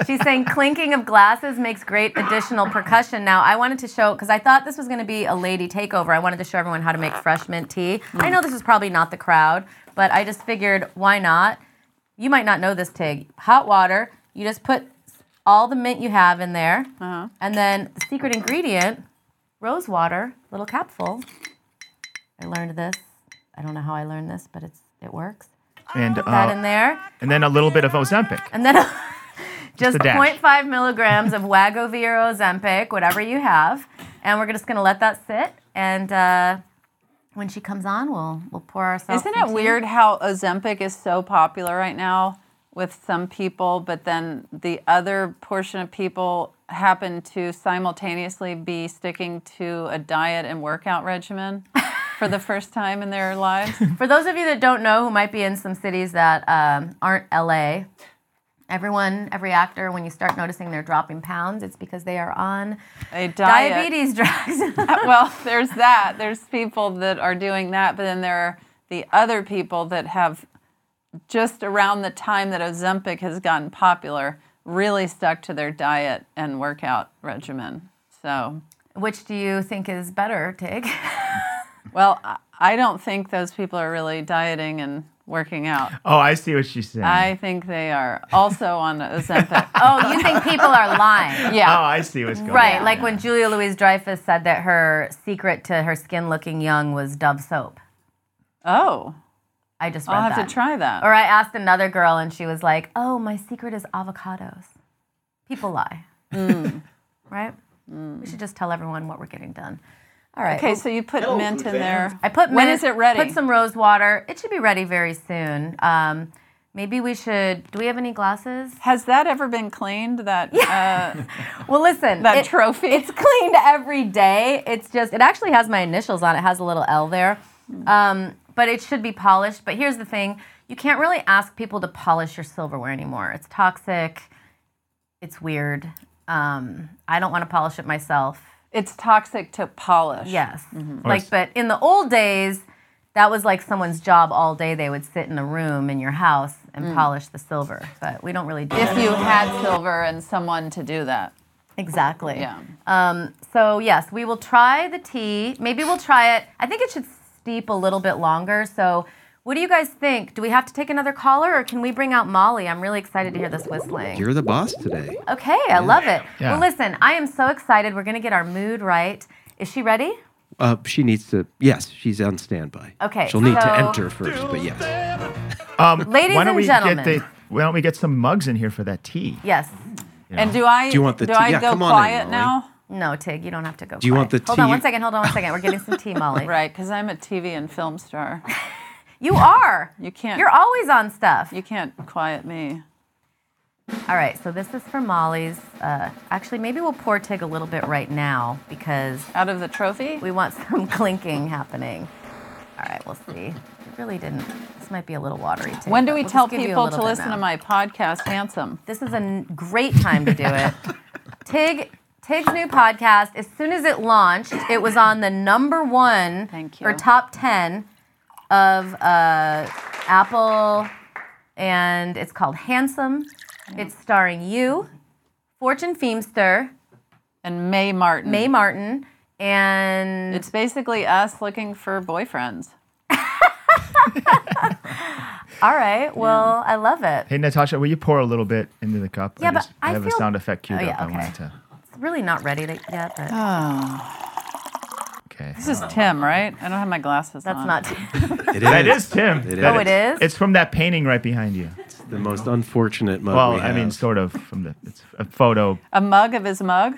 D: she's saying clinking of glasses makes great additional percussion. Now, I wanted to show, because I thought this was going to be a lady takeover. I wanted to show everyone how to make fresh mint tea. I know this is probably not the crowd, but I just figured why not? You might not know this, Tig. Hot water, you just put all the mint you have in there,
G: Uh-huh.
D: and then the secret ingredient, rose water, little capful. I learned this. I don't know how I learned this, but it's it works.
E: And
D: Put that
E: uh,
D: in there.
E: and then a little bit of Ozempic.
D: And then just
E: a dash.
D: 0.5 milligrams of Wagovir or Ozempic, whatever you have. And we're just going to let that sit. And uh, when she comes on, we'll, we'll pour ourselves.
G: Isn't
D: some
G: it
D: tea.
G: weird how Ozempic is so popular right now with some people, but then the other portion of people happen to simultaneously be sticking to a diet and workout regimen for the first time in their lives?
D: For those of you that don't know, who might be in some cities that um, aren't LA, everyone, every actor, when you start noticing they're dropping pounds, it's because they are on
G: a diet. Uh,
D: diabetes drugs.
G: well, there's that. There's people that are doing that, but then there are the other people that have just around the time that Ozempic has gotten popular, really stuck to their diet and workout regimen. So,
D: which do you think is better, Tig?
G: well, I- I don't think those people are really dieting and working out.
E: Oh, I see what she's saying.
G: I think they are also on Ozempic.
D: oh, you think people are lying?
E: Oh, I see what's going
D: Right,
E: on.
D: like when Julia Louise Dreyfus said that her secret to her skin looking young was Dove soap.
G: Oh.
D: I just read
G: I'll have
D: that.
G: to try that.
D: Or I asked another girl and she was like, "Oh, my secret is avocados." People lie.
G: Mm.
D: Right? We should just tell everyone what we're getting done. All right.
G: Okay, so you put Hello, mint in there.
D: I put mint.
G: When is it ready?
D: Put some rose water. It should be ready very soon. Um, maybe we should. Do we have any glasses?
G: Has that ever been cleaned? That uh,
D: Well, listen,
G: That
D: trophy. It's cleaned every day. It's just it actually has my initials on it. It Has a little L there, um, but it should be polished. But here's the thing: you can't really ask people to polish your silverware anymore. It's toxic. It's weird. Um, I don't want to polish it myself.
G: It's toxic to polish.
D: Yes.
G: Mhm.
D: Like, but in the old days, that was like someone's job all day. They would sit in a room in your house and
G: Mm.
D: polish the silver. But we don't really do.
G: if
D: that
G: you
D: anymore.
G: had silver and someone to do that.
D: Exactly.
G: Yeah.
D: Um, so yes, we will try the tea. Maybe we'll try it. I think it should steep a little bit longer. So, what do you guys think? Do we have to take another caller, or can we bring out Molly? I'm really excited to hear this whistling.
F: You're the boss today.
D: Okay, I love it.
F: Yeah.
D: Well, listen, I am so excited. We're going to get our mood right. Is she ready?
F: Uh, she needs to. Yes, she's on standby.
D: Okay,
F: She'll need
D: so-
F: to enter first, but yes.
E: Um,
D: Ladies
E: why don't
D: and
E: we
D: gentlemen.
E: Get the, why don't we get some mugs in here for that tea?
D: Yes.
G: And do I?
E: Do you want the
G: do
E: tea?
G: I
E: Yeah,
G: go
E: come on in,
G: quiet
E: Molly.
G: now?
D: No, Tig, you don't have to go.
F: Do you want the
D: Hold on
F: tea?
D: one second. Hold on one second. We're getting some tea, Molly.
G: Right, because I'm a TV and film star.
D: You are.
G: You can't.
D: You're always on stuff.
G: You can't quiet me.
D: All right, so this is for Molly's. Uh, actually, maybe we'll pour Tig a little bit right now because
G: out of the trophy,
D: we want some clinking happening. All right, we'll see. It really didn't. This might be a little watery. Tig,
G: When do
D: but
G: we
D: we'll just
G: tell
D: give you a
G: people
D: little
G: to
D: bit
G: listen
D: now.
G: to my podcast, Handsome?
D: This is a n- great time to do it. Tig Tig's new podcast, as soon as it launched, it was on the number one or top ten of uh, Apple, and it's called Handsome. It's starring you, Fortune Feemster,
G: and May Martin.
D: May Martin, and
G: It's basically us looking for boyfriends.
D: all right. Well, I love it.
E: Hey Natasha, will you pour a little bit into the cup?
D: Yeah, but
E: just- I
D: I
E: have a
D: feel-
E: sound effect queued
D: Oh, yeah,
E: up. I
D: okay.
E: wanted to.
D: It's really not ready to, yet, but
E: Okay.
G: Ah. This is Tim, right? I don't have my glasses
D: that's
G: on.
D: not.
F: It
E: That
F: is.
E: is Tim.
F: It
E: That
F: is.
E: It's from that painting right behind you.
F: The most unfortunate mug.
E: Well,
F: we
E: I mean,
F: have.
E: sort of from the it's a photo.
G: a mug of his mug.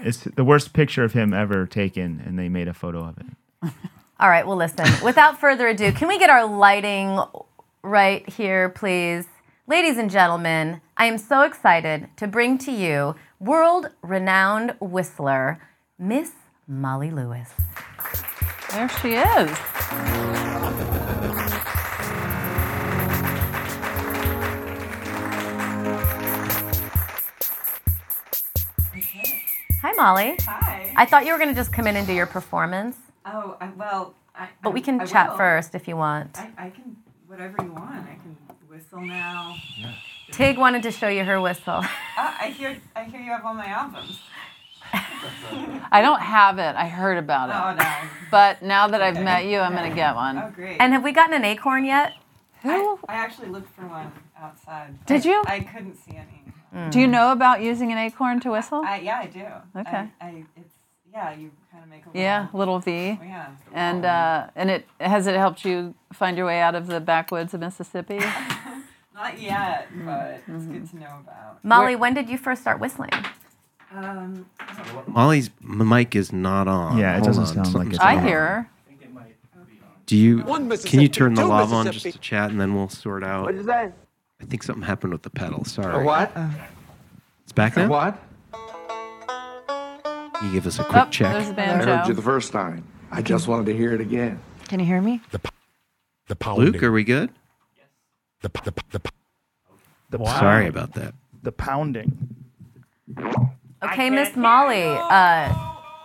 E: It's the worst picture of him ever taken, and they made a photo of it.
D: All right, well, listen, without further ado, can we get our lighting right here, please? Ladies and gentlemen, I am so excited to bring to you world renowned whistler, Miss Molly Lewis.
G: There she is.
D: Hi, Molly.
Q: Hi.
D: I thought you were going to just come in and do your performance,
Q: Oh, I, well, I.
D: but
Q: I-
D: we can
Q: I
D: chat
Q: will.
D: first if you want.
Q: I, I can, whatever you want. I can whistle now.
D: Tig wanted to show you her whistle.
Q: Ah, I hear, I hear you have all my albums.
G: I don't have it. I heard about it.
Q: Oh, no.
G: But now that I've met you, I'm gonna get one.
Q: Oh, great.
D: And have we gotten an acorn yet?
Q: Who? I, I actually looked for one outside. but
G: Did you?
Q: I couldn't see any.
G: Do you know about using an acorn to whistle?
Q: I, yeah, I do.
G: Okay.
Q: I, I, it's, yeah, you kind of make a.
G: yeah, little
D: Oh,
G: V.
Q: Yeah.
G: And uh, and it has it helped you find your way out of the backwoods of Mississippi?
Q: Not yet, but it's good to know about.
D: Mm, mm-hmm. Molly, when did you first start whistling?
Q: Um,
F: Molly's mic is not on.
E: Yeah, it
F: Hold
E: doesn't
F: on,
E: sound like
F: something's
E: it's
G: I
F: wrong.
G: hear her.
F: Do you?
Q: One
F: Can you turn the
Q: Mississippi, two
F: lav on just
Q: Mississippi.
F: to chat, and then we'll sort out?
Q: you say?
F: I think something happened with the pedal. Sorry.
Q: A what?
F: It's back now.
Q: What?
F: You give us a quick
G: Oh,
F: check.
G: there's the
P: I heard you
G: banjo.
P: the first time. I just wanted to hear it again.
G: Can you hear me?
P: The
F: Luke, are we good?
P: The, the, the,
F: the
R: Wow.
F: Sorry about that.
R: The pounding.
D: Okay, Miss Molly, uh,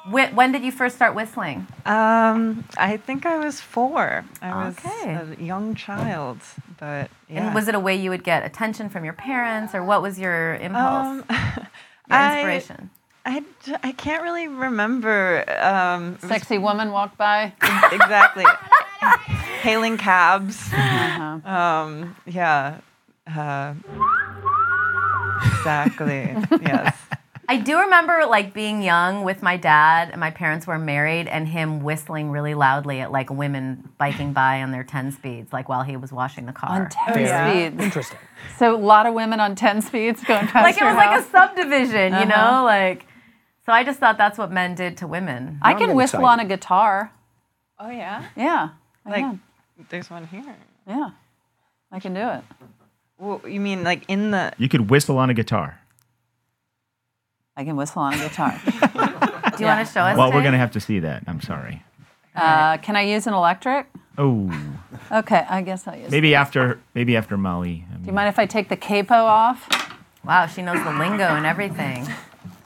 D: wh- when did you first start whistling?
Q: Um, I think I was four. I was
D: Okay.
Q: a young child, but yeah.
D: And was it a way you would get attention from your parents, or what was your impulse,
Q: Um,
D: your
Q: I-
D: inspiration?
Q: I, d- I can't really remember. Um,
G: Sexy woman walked by.
Q: exactly. Hailing cabs.
G: Uh-huh.
Q: Um, yeah. Uh, exactly. yes.
D: I do remember like being young with my dad, and my parents were married, and him whistling really loudly at like women biking by on their ten speeds, like while he was washing the car.
G: On 10 speeds. Interesting. So a lot of women on 10 speeds going past
D: like it
G: your
D: was like a
G: house.
D: subdivision, you
G: Uh-huh.
D: know, like. So I just thought that's what men did to women.
G: I can whistle on a guitar.
Q: Oh, yeah?
G: Yeah. I
Q: Like,
G: can.
Q: there's one here.
G: Yeah. I can do it.
Q: Well, you mean like in the.
E: You could whistle on a guitar.
G: I can whistle on a guitar.
D: Do you want to show us?
E: well, we're
D: Tig?
E: gonna have to see that. I'm sorry.
G: Uh, can I use an electric?
E: Oh,
G: Okay, I guess I'll use
E: maybe after maybe after Molly. I
G: Do
E: mean,
G: you mind if I take the capo off?
D: Wow, she knows the lingo and everything.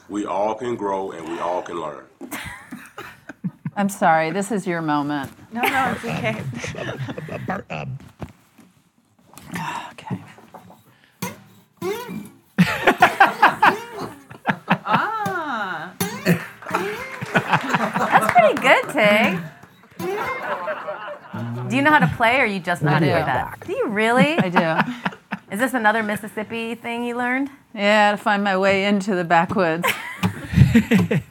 K: We all can grow and we all can learn.
G: I'm sorry, this is your moment.
Q: No, no, it's okay. Ah.
D: pretty good, Tig. Do you know how to play, or you just know
G: I
D: how to
G: do.
D: play that? Do you really?
G: I do.
D: Is this another Mississippi thing you learned?
G: Yeah, to find my way into the backwoods. anyway,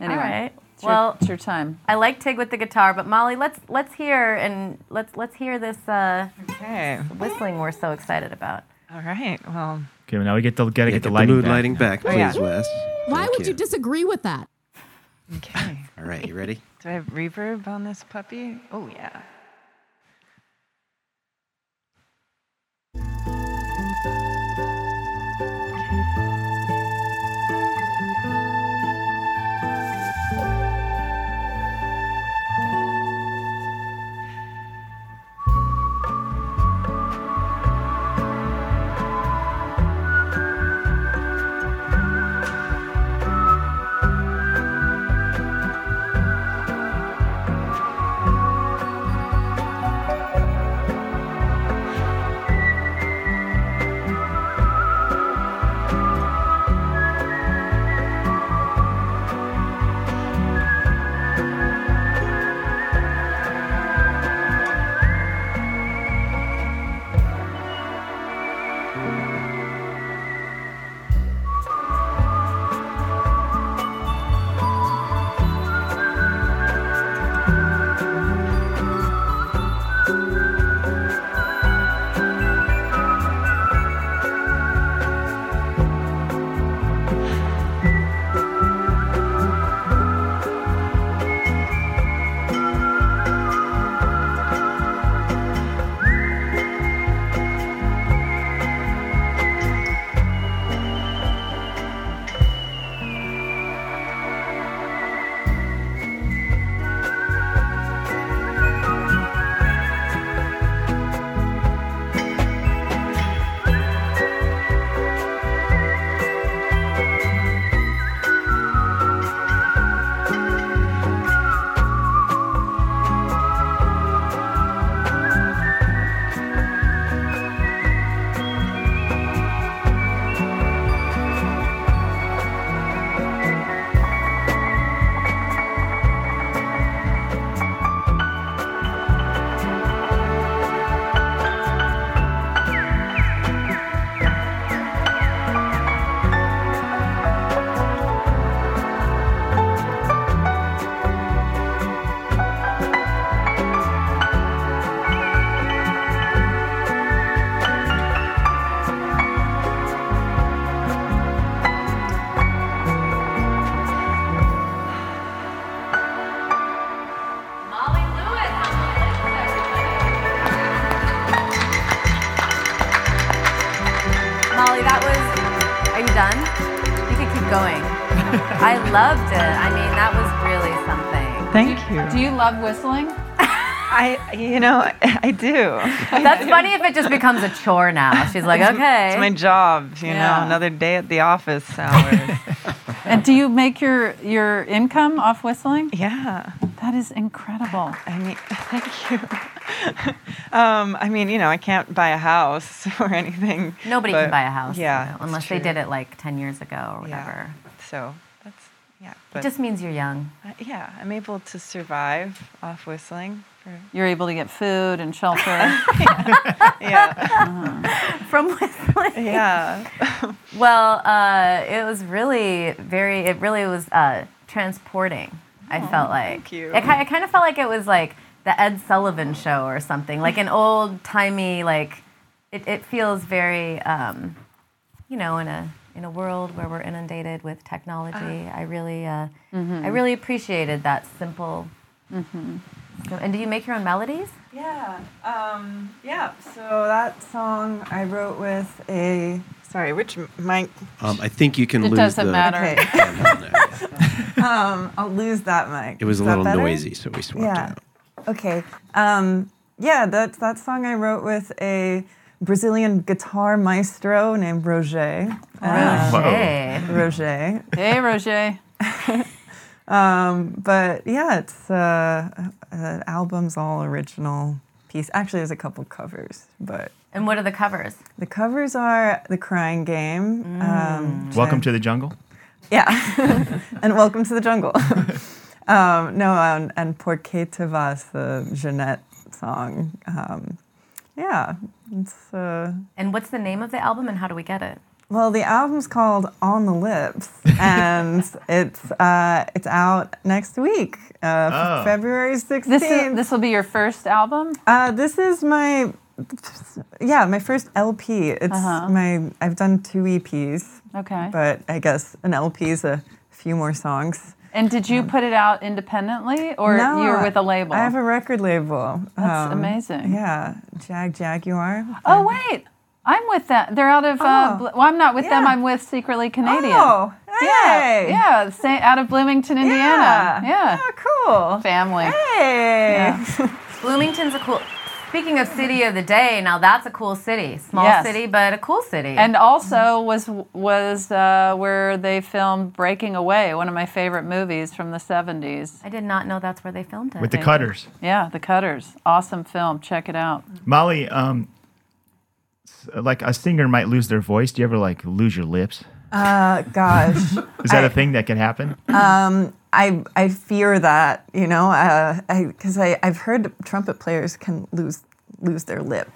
D: All right.
G: it's your-
D: Well,
G: it's your time.
D: I like Tig with the guitar, but Molly, let's let's hear and let's let's hear this uh, whistling we're so excited about.
Q: All right. Well,
E: Okay, well, now we get to gotta
F: Yeah,
E: get the
F: the
E: lighting
F: mood
E: back.
F: lighting back,
Q: Oh, yeah.
F: please, Wes.
Q: Why
F: Thank
Q: would you disagree with that? Okay.
F: All right, you ready?
Q: Do I have reverb on this puppy? Oh yeah.
D: Molly, that was. Are you done? You can keep going. I loved it. I mean, that was really something.
Q: Thank you.
G: Do you love whistling?
Q: I, you know, I, do.
D: That's funny if it just becomes a chore now. She's like, okay.
Q: It's my job, you
G: Yeah.
Q: know, another day at the office hours.
G: And do you make your your income off whistling?
Q: Yeah.
G: That is incredible.
Q: I mean, thank you. um, I mean, you know, I can't buy a house or anything.
D: Nobody
Q: but-
D: can buy a house.
Q: Yeah.
D: now,
Q: it's
D: unless they
Q: true.
D: did it like 10 years ago or whatever.
Q: So that's, yeah.
D: it just means you're young.
Q: Uh, yeah, I'm able to survive off whistling. For,
G: You're able to get food and shelter.
Q: yeah.
D: Uh-huh. From whistling.
Q: Yeah.
D: Well, uh, it was really very. It really was uh, transporting. I felt like
Q: thank you.
D: It, ki- I kind of felt like it was like the Ed Sullivan show or something, like an old timey. Like it, it feels very, um, you know, in a in a world where we're inundated with technology.
Q: Ah.
D: I really, uh,
Q: Mm-hmm.
D: I really appreciated that simple. So- and do you make your own melodies?
Q: Yeah. Um, yeah. So that song I wrote with a sorry, which m- mic?
F: Um, I think you can lose the-
Q: Okay. um, I'll lose that mic.
F: It was
Q: Is
F: a
Q: that
F: little
Q: better?
F: noisy, so we swapped
Q: yeah. Okay. Um, yeah, that's that song I wrote with a Brazilian guitar maestro named Roger.
D: Oh,
Q: Uh,
G: Roger. Whoa.
Q: Roger.
G: hey, Roger.
Q: Um, but yeah, it's uh, uh, album's all original piece. Actually, there's a couple covers, but
D: And what are the covers?
Q: the covers are "The Crying Game." Um, which
D: Mm-hmm. Mm.
E: Welcome
Q: I-
E: to the jungle.
Q: yeah, and "Welcome to the Jungle," Um, no, um, and Por que te vas, the Jeanette song. Um, yeah, it's. Uh,
D: and what's the name of the album and how do we get it?
Q: Well, the album's called On the Lips, and it's uh, it's out next week, uh, f-
G: Oh.
Q: February sixteenth.
G: This is, this will be your first album.
Q: Uh, this is my, yeah, my first LP. It's
G: Uh-huh.
Q: my I've done two EPs.
G: Okay.
Q: But I guess an LP is a few more songs.
G: And did you put it out independently, or
Q: um, No,
G: you were with a label?
Q: I have a record label. Um,
G: That's amazing.
Q: Yeah, Jag Jaguar.
G: oh wait, I'm with them. They're out of. Uh,
Q: Oh.
G: Bl- well, I'm not with them.
Q: Yeah.
G: I'm with Secretly Canadian.
Q: Oh, hey. Oh,
G: Yeah, yeah, sa- out of Bloomington, Indiana.
D: Yeah.
G: Yeah.
Q: cool.
G: Family.
Q: Hey.
D: Bloomington's a cool. Speaking of city of the day, now that's a cool city. Small
G: Yes.
D: city, but a cool city.
G: And also was was uh, where they filmed Breaking Away, one of my favorite movies from the 70s.
D: I did not know that's where they filmed it.
E: With the Cutters.
G: Yeah, The Cutters. Awesome film. Check it out.
E: Molly, um, s- like a singer might lose their voice. Do you ever like lose your lips?
Q: Uh, gosh.
E: Is that a thing that can happen?
Q: Um, I I fear that you know, because uh, I, 'cause I I've heard trumpet players can lose lose their lip.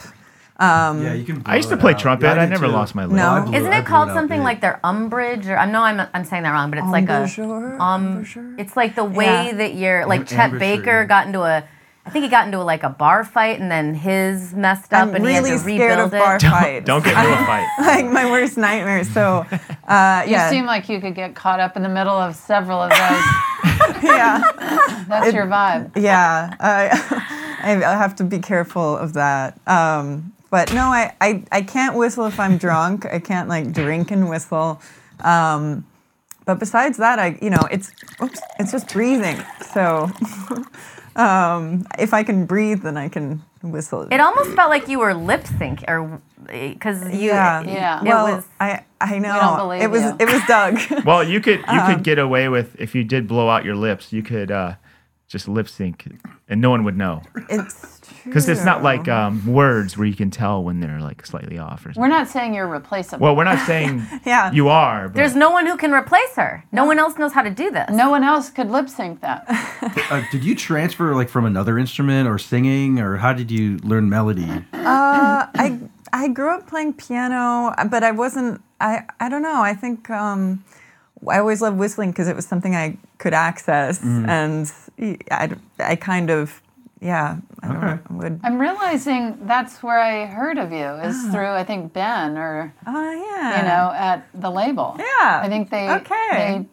Q: Um,
E: Yeah, you can I used blow to it play out. trumpet. Yeah, I I did never too. lost my lip. No, I blew-
D: Isn't
E: I
D: it
E: blew
D: called
E: it out
D: something
E: big.
D: like their umbrage? Or I know I'm I'm saying that wrong, but it's like
Q: a
D: um. It's like the way
Q: Yeah.
D: that you're like
Q: Am-
D: Chet
Q: ambrosier,
D: Baker
Q: yeah.
D: got into a. I think he got into like a bar fight and then his messed up
Q: I'm
D: and he
Q: really
D: had to
Q: scared
D: rebuild
Q: of bar
D: it.
Q: Don't- fights. don't
E: get into a fight.
Q: like my worst nightmare. So, uh, yeah,
G: You seem like you could get caught up in the middle of several of those.
Q: yeah.
G: That's your vibe.
Q: yeah, I, I I have to be careful of that. Um, but no, I, I, I can't whistle if I'm drunk. I can't like drink and whistle. Um, but besides that, I you know it's oops, it's just breathing. So um, if I can breathe, then I can whistle.
D: It almost felt like you were lip sync or because you.
Q: yeah
D: It,
Q: Well,
D: was,
Q: I I know
D: believe
Q: it was
D: you.
Q: it was Doug.
E: Well, you could you
Q: Um,
E: could get away with if you did blow out your lips. You could uh, just lip sync, and no one would know
Q: It's
E: because it's not
Q: true.
E: like um, words where you can tell when they're like slightly off or something.
G: We're not saying you're replaceable.
E: Well, we're not saying
Q: yeah.
E: you are. But
D: there's no one who can replace her. No one else knows how to do this.
G: No one else could lip sync that.
J: Uh, did you transfer like from another instrument or singing, or how did you learn melody?
Q: Uh, I I grew up playing piano, but I wasn't. I I don't know. I think um, I always loved whistling because it was something I could access,
G: Mhm.
Q: and I I kind of yeah. I don't know, would.
G: I'm realizing that's where I heard of you is through I think Ben or
Q: oh yeah,
G: you know at the label.
Q: Yeah.
G: I think they
Q: Okay.
G: They,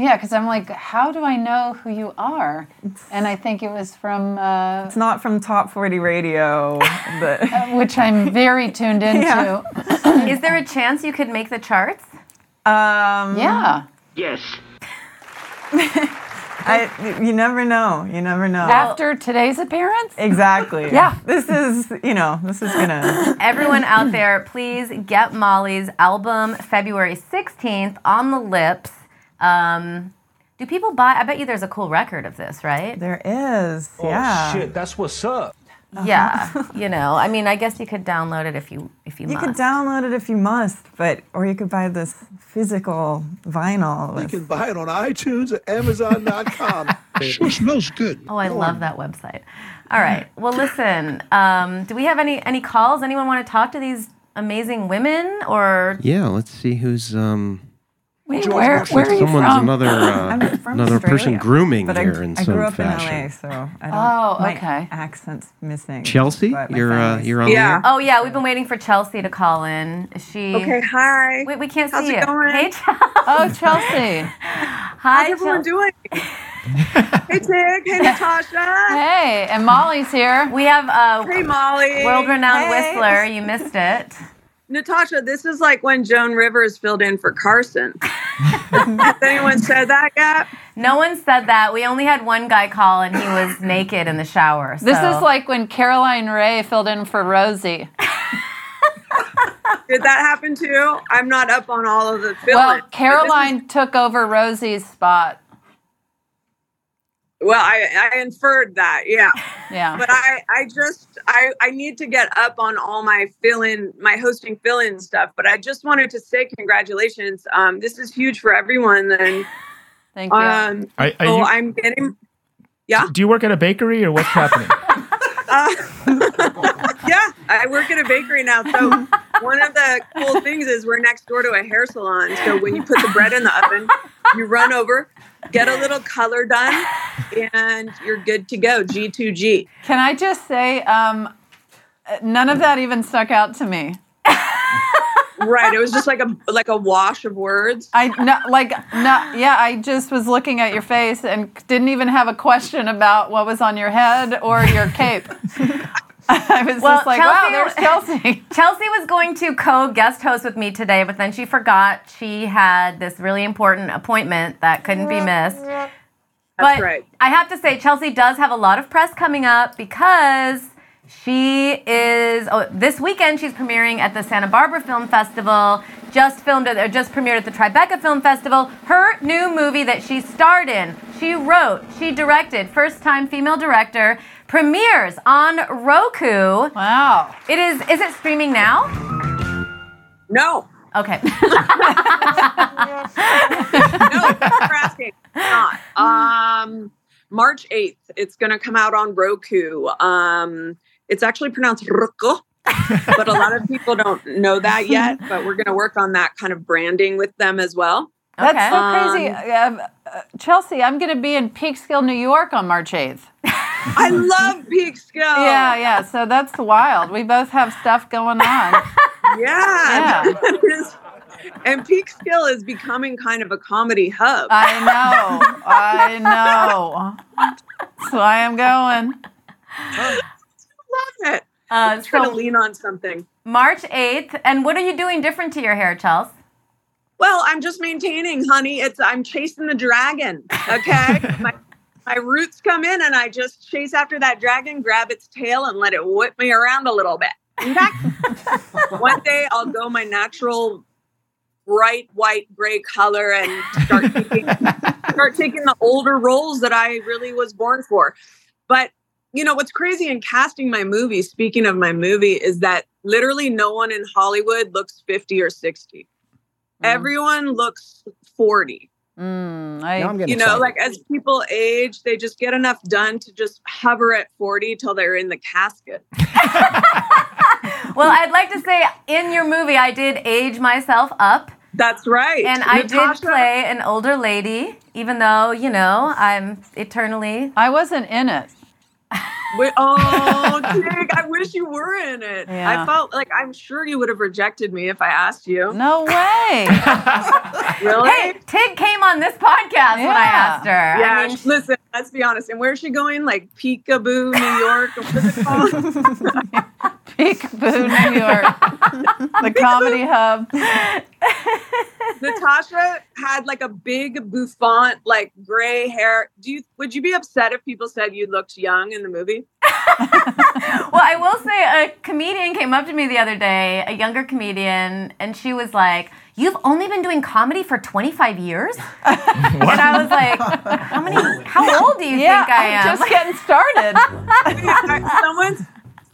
G: yeah, because I'm like, how do I know who you are? And I think it was from uh,
Q: It's not from Top Forty Radio, but
G: which I'm very tuned into.
Q: Yeah.
D: Is there a chance you could make the charts?
Q: Um,
G: Yeah.
D: Yes.
Q: I you never know. You never know.
G: After today's appearance?
Q: Exactly.
G: Yeah.
Q: This is you know this is gonna.
D: Everyone out there, please get Molly's album February 16th on the lips. Um, do people buy? I bet you there's a cool record of this, right?
Q: There is. Uh-huh.
D: Oh, yeah. shit,
Q: that's what's up.
D: Yeah, you know. I mean, I guess you could download it if you if you,
Q: You
D: must.
Q: could download it if you must, but or you could buy this physical vinyl.
D: You
Q: with-
L: buy it on iTunes at Amazon.com. sure smells good.
D: Oh, I love that website. All right. Well, listen. Um, do we have any any calls? Anyone want to talk to these amazing women or
F: Yeah, let's see who's um.
D: Wait,
F: George
D: where-
F: looks
D: where
F: like
D: are you
F: someone's
D: from?
F: another uh,
Q: I'm from
F: another person
Q: Australia,
F: grooming
Q: but I-
F: here in
Q: I
F: some
Q: grew up
F: fashion.
Q: in LA, so I don't.
D: Oh,
Q: My accent's missing.
F: Chelsea,
Q: but my
F: you're uh,
Q: family's-
F: you're on the air?
D: Oh yeah, we've been waiting for Chelsea to call in. Is she
S: Okay, hi.
D: Wait, we can't
S: How's
D: see
S: it
D: you.
S: going?
D: Hey, Chelsea. Oh, Chelsea. Hi,
S: How's everyone
D: Chelsea.
S: doing? hey, Tig. Hey, Natasha.
G: Hey, and Molly's here.
D: We have uh,
S: Hey, Molly.
D: world-renowned
S: Hey.
D: whistler. You missed it.
S: Natasha, this is like when Joan Rivers filled in for Carson. Has anyone said that yet?
D: No one said that. We only had one guy call, and he was naked in the shower.
G: This
D: so-
G: is like when Caroline Ray filled in for Rosie.
S: Did that happen too? I'm not up on all of the filming.
G: Well,
S: but this
G: Caroline took over Rosie's spot.
S: is- well, I, I inferred that, yeah.
G: Yeah.
S: But I, I just, I, I need to get up on all my fill-in, my hosting fill-in stuff. But I just wanted to say congratulations. Um, this is huge for everyone. And
G: Thank you.
S: Um,
E: Are- are
S: so
E: you-
S: I'm getting, yeah,
E: Do you work at a bakery or what's happening?
S: uh, yeah. I work at a bakery now, so one of the cool things is we're next door to a hair salon. So when you put the bread in the oven, you run over, get a little color done, and you're good to go. G two G.
G: Can I just say, um, uh, none of that even stuck out to me.
S: Right. It was just like a like a wash of words.
G: I no, like no, yeah. I just was looking at your face and didn't even have a question about what was on your head or your cape. I was just like, wow, there's Chelsea.
D: Chelsea was going to co-guest host with me today, but then she forgot she had this really important appointment that couldn't be missed. but I have to say, Chelsea does have a lot of press coming up because she is oh, this weekend. She's premiering at the Santa Barbara Film Festival. Just filmed at, or just premiered at the Tribeca Film Festival. Her new movie that she starred in, she wrote, she directed, first time female director, premieres on Roku.
G: Wow!
D: It is. Is it streaming now?
S: No.
D: Okay.
S: not. Um, March 8th, it's going to come out on Roku. Um, it's actually pronounced Roku, but a lot of people don't know that yet. But we're going to work on that kind of branding with them as well.
G: That's so
S: Um,
G: crazy, um, uh, Chelsea. I'm going to be in Peekskill, New York, on March 8th.
S: I love Peekskill.
G: Yeah, yeah. So that's wild. We both have stuff going on.
S: Yeah. and Peekskill is becoming kind of a comedy hub.
G: I know. I know. That's why I'm going.
S: Love it.
D: Uh,
S: Try
D: so-
S: to lean on something.
D: March 8th. And what are you doing different to your hair, Chels?
S: Well, I'm just maintaining, honey. It's I'm chasing the dragon. Okay. my my roots come in and I just chase after that dragon, grab its tail, and let it whip me around a little bit. Okay? One day I'll go my natural bright white gray color and start taking, start taking the older roles that I really was born for. But you know what's crazy in casting my movie, speaking of my movie, is that literally no one in Hollywood looks 50 or 60. Everyone looks 40.
G: Mm, I,
S: you know, like as people age, they just get enough done to just hover at 40 till they're in the casket.
D: Well, I'd like to say in your movie, I did age myself up.
S: That's right.
D: And I
G: Natasha-
D: did play an older lady, even though, you know, I'm eternally.
G: I wasn't in it.
S: Wait, oh, Jake, I wish you were in it.
G: Yeah.
S: I felt like I'm sure you would have rejected me if I asked you.
G: No way.
S: really?
D: Hey, Tig came on this podcast when I asked her. I
S: Yeah,
D: mean, she-
S: listen, let's be honest. And where's she going? Like Peekaboo, New York? or what's it called?
G: Peekaboo, New York. The comedy hub.
S: Natasha had like a big bouffant, like gray hair. Do you would you be upset if people said you looked young in the movie?
D: Well, I will say a comedian came up to me the other day, a younger comedian, and she was like, You've only been doing comedy for 25 years? And I was like, How many? How old do you
G: Yeah,
D: think I
G: I'm
D: am?
G: just getting started.
S: someone,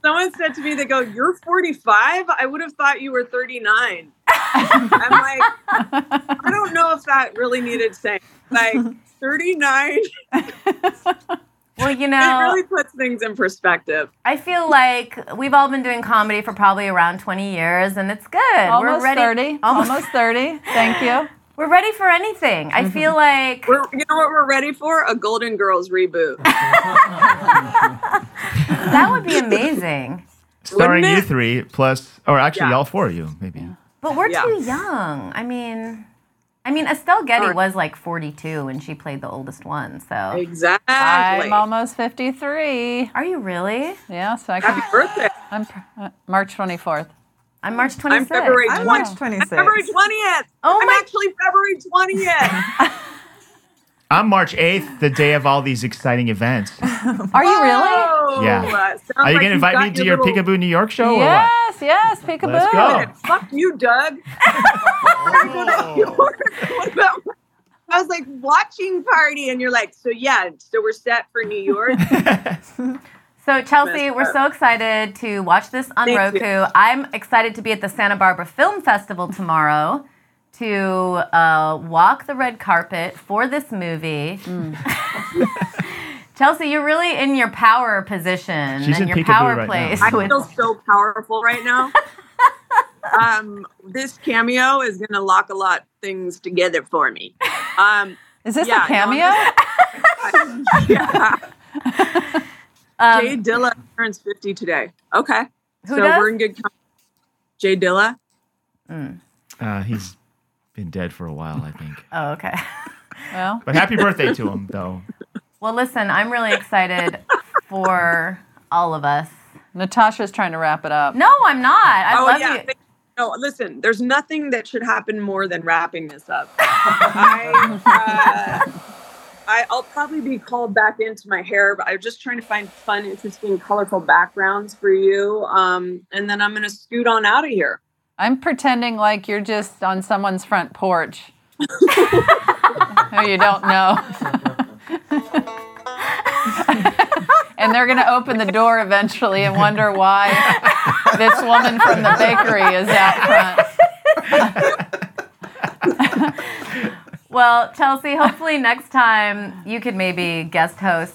S: someone said to me, they go, "You're 45." I would have thought you were 39. I'm like, I don't know if that really needed saying. Like 39.
D: well, you
S: it
D: know-
S: really puts things in perspective.
D: I feel like we've all been doing comedy for probably around 20 years, and it's good.
G: Almost
D: We're ready.
G: 30. Almost 30. Thank you.
D: We're ready for anything. I feel like
S: we're, you know what we're ready for? A Golden Girls reboot.
D: that would be amazing.
E: Starring
D: Wouldn't
E: you
D: it?
E: three plus, or actually
D: Yeah.
E: all four of you, maybe.
D: But we're too young. I mean, I mean Estelle Getty was like 42 when she played the oldest one. So
S: exactly.
G: I'm almost 53.
D: Are you really?
G: Yeah, so I can. Happy
S: birthday.
G: I'm pr- uh, March 24th.
D: I'm March
S: I'm February 20th. February 20th.
D: Oh
S: I'm actually February 20th.
E: I'm March 8th, the day of all these exciting events.
G: Are you really?
S: Oh,
E: Yeah. Are you going to invite me to your Peekaboo New York show or what?
G: Yes, yes, peekaboo.
E: Let's go.
S: Fuck you, Doug. What about- I was like watching party, and you're like, so yeah, so we're set for New York.
D: So Chelsea,
S: Messed
D: we're
S: up.
D: so excited to watch this on
S: Thank
D: Roku.
S: you.
D: I'm excited to be at the Santa Barbara Film Festival tomorrow. to uh, walk the red carpet for this movie.
E: Mm.
D: Chelsea, you're really in your power position
E: She's
D: and
E: in
D: your
E: peekaboo
D: power
E: right
D: place.
E: now.
S: I feel so powerful right now. um, this cameo is going to lock a lot things together for me. Um,
G: Is this a
S: yeah, no,
G: cameo?
S: I'm just- yeah.
G: Um,
S: Jay Dilla turns 50 today. Okay.
D: Who
S: so
D: does?
S: we're in good company. Jay Dilla. mm.
E: Uh, he's been dead for a while, I think.
D: Oh, okay. Well,
E: But happy birthday to him, though.
D: Well, listen, I'm really excited for all of us.
G: Natasha's trying to wrap it up.
D: No, I'm not. I
S: oh,
D: love
S: yeah.
D: you.
S: No, listen, there's nothing that should happen more than wrapping this up. I, uh, I, I'll probably be called back into my hair, but I'm just trying to find fun, interesting, colorful backgrounds for you. Um, and then I'm going to scoot on out of here.
G: I'm pretending like you're just on someone's front porch. who you don't know. and they're going to open the door eventually and wonder why this woman from the bakery is out front.
D: Well, Chelsea, hopefully next time you could maybe guest host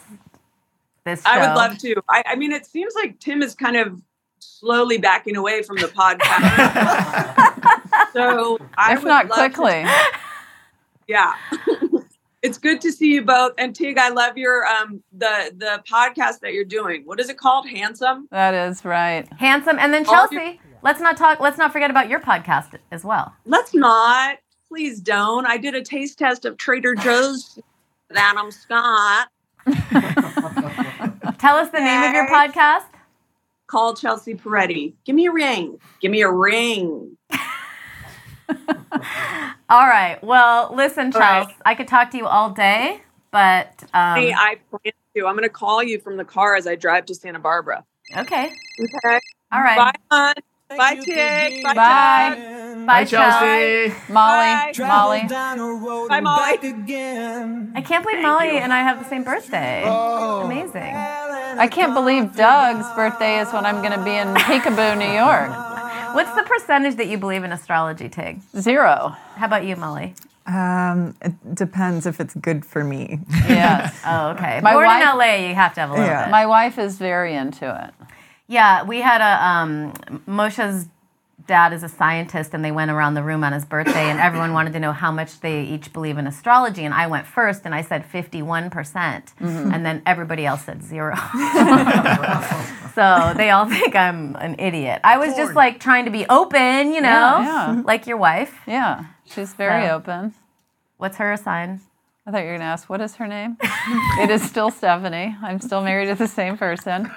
D: this show.
S: I would love to. I, I mean, it seems like Tim is kind of slowly backing away from the podcast. so I
G: If
S: would
G: not
S: love to-
G: quickly.
S: yeah. it's good to see you both. And Tig, I love your um the the podcast that you're doing. What is it called? Handsome?
G: That is right.
D: Handsome. And then
S: All
D: Chelsea, let's not talk let's not forget about your podcast as well.
S: Let's not. Please don't. I did a taste test of Trader Joe's that I'm Scott.
D: Tell us the name of your podcast.
S: Call Chelsea Peretti. Give me a ring. Give me a ring.
D: All right. Well, listen,
S: All right.
D: Chelsea, I could talk to you all day, but um,
S: Hey, I plan to. I'm going to call you from the car as I drive to Santa Barbara.
D: okay.
S: Okay.
D: All right.
S: Bye, hon. Bye, Tig. Bye. Bye.
D: Bye, Chelsea.
G: Molly.
D: Molly.
S: Bye, Molly.
D: I can't believe Molly and I have the same birthday. Amazing.
G: I can't believe Doug's birthday is when I'm going to be in Peekaboo, New York.
D: What's the percentage that you believe in astrology, Tig?
G: Zero.
D: How about you, Molly?
Q: Um, it depends if it's good for me.
G: Yes.
D: oh, okay. Born in LA, you have to have a little bit.
G: My wife is very into it.
D: Yeah, we had a um, Moshe's dad is a scientist, and they went around the room on his birthday, and everyone wanted to know how much they each believe in astrology. And I went first, and I said fifty-one percent,
G: Mhm.
D: and then everybody else said zero. so they all think I'm an idiot. I was just like trying to be open, you know,
G: Yeah, yeah.
D: like your wife.
G: Yeah, she's very
D: So-
G: open.
D: What's her sign?
G: I thought you were going to ask, what is her name? it is still Stephanie. I'm still married to the same person.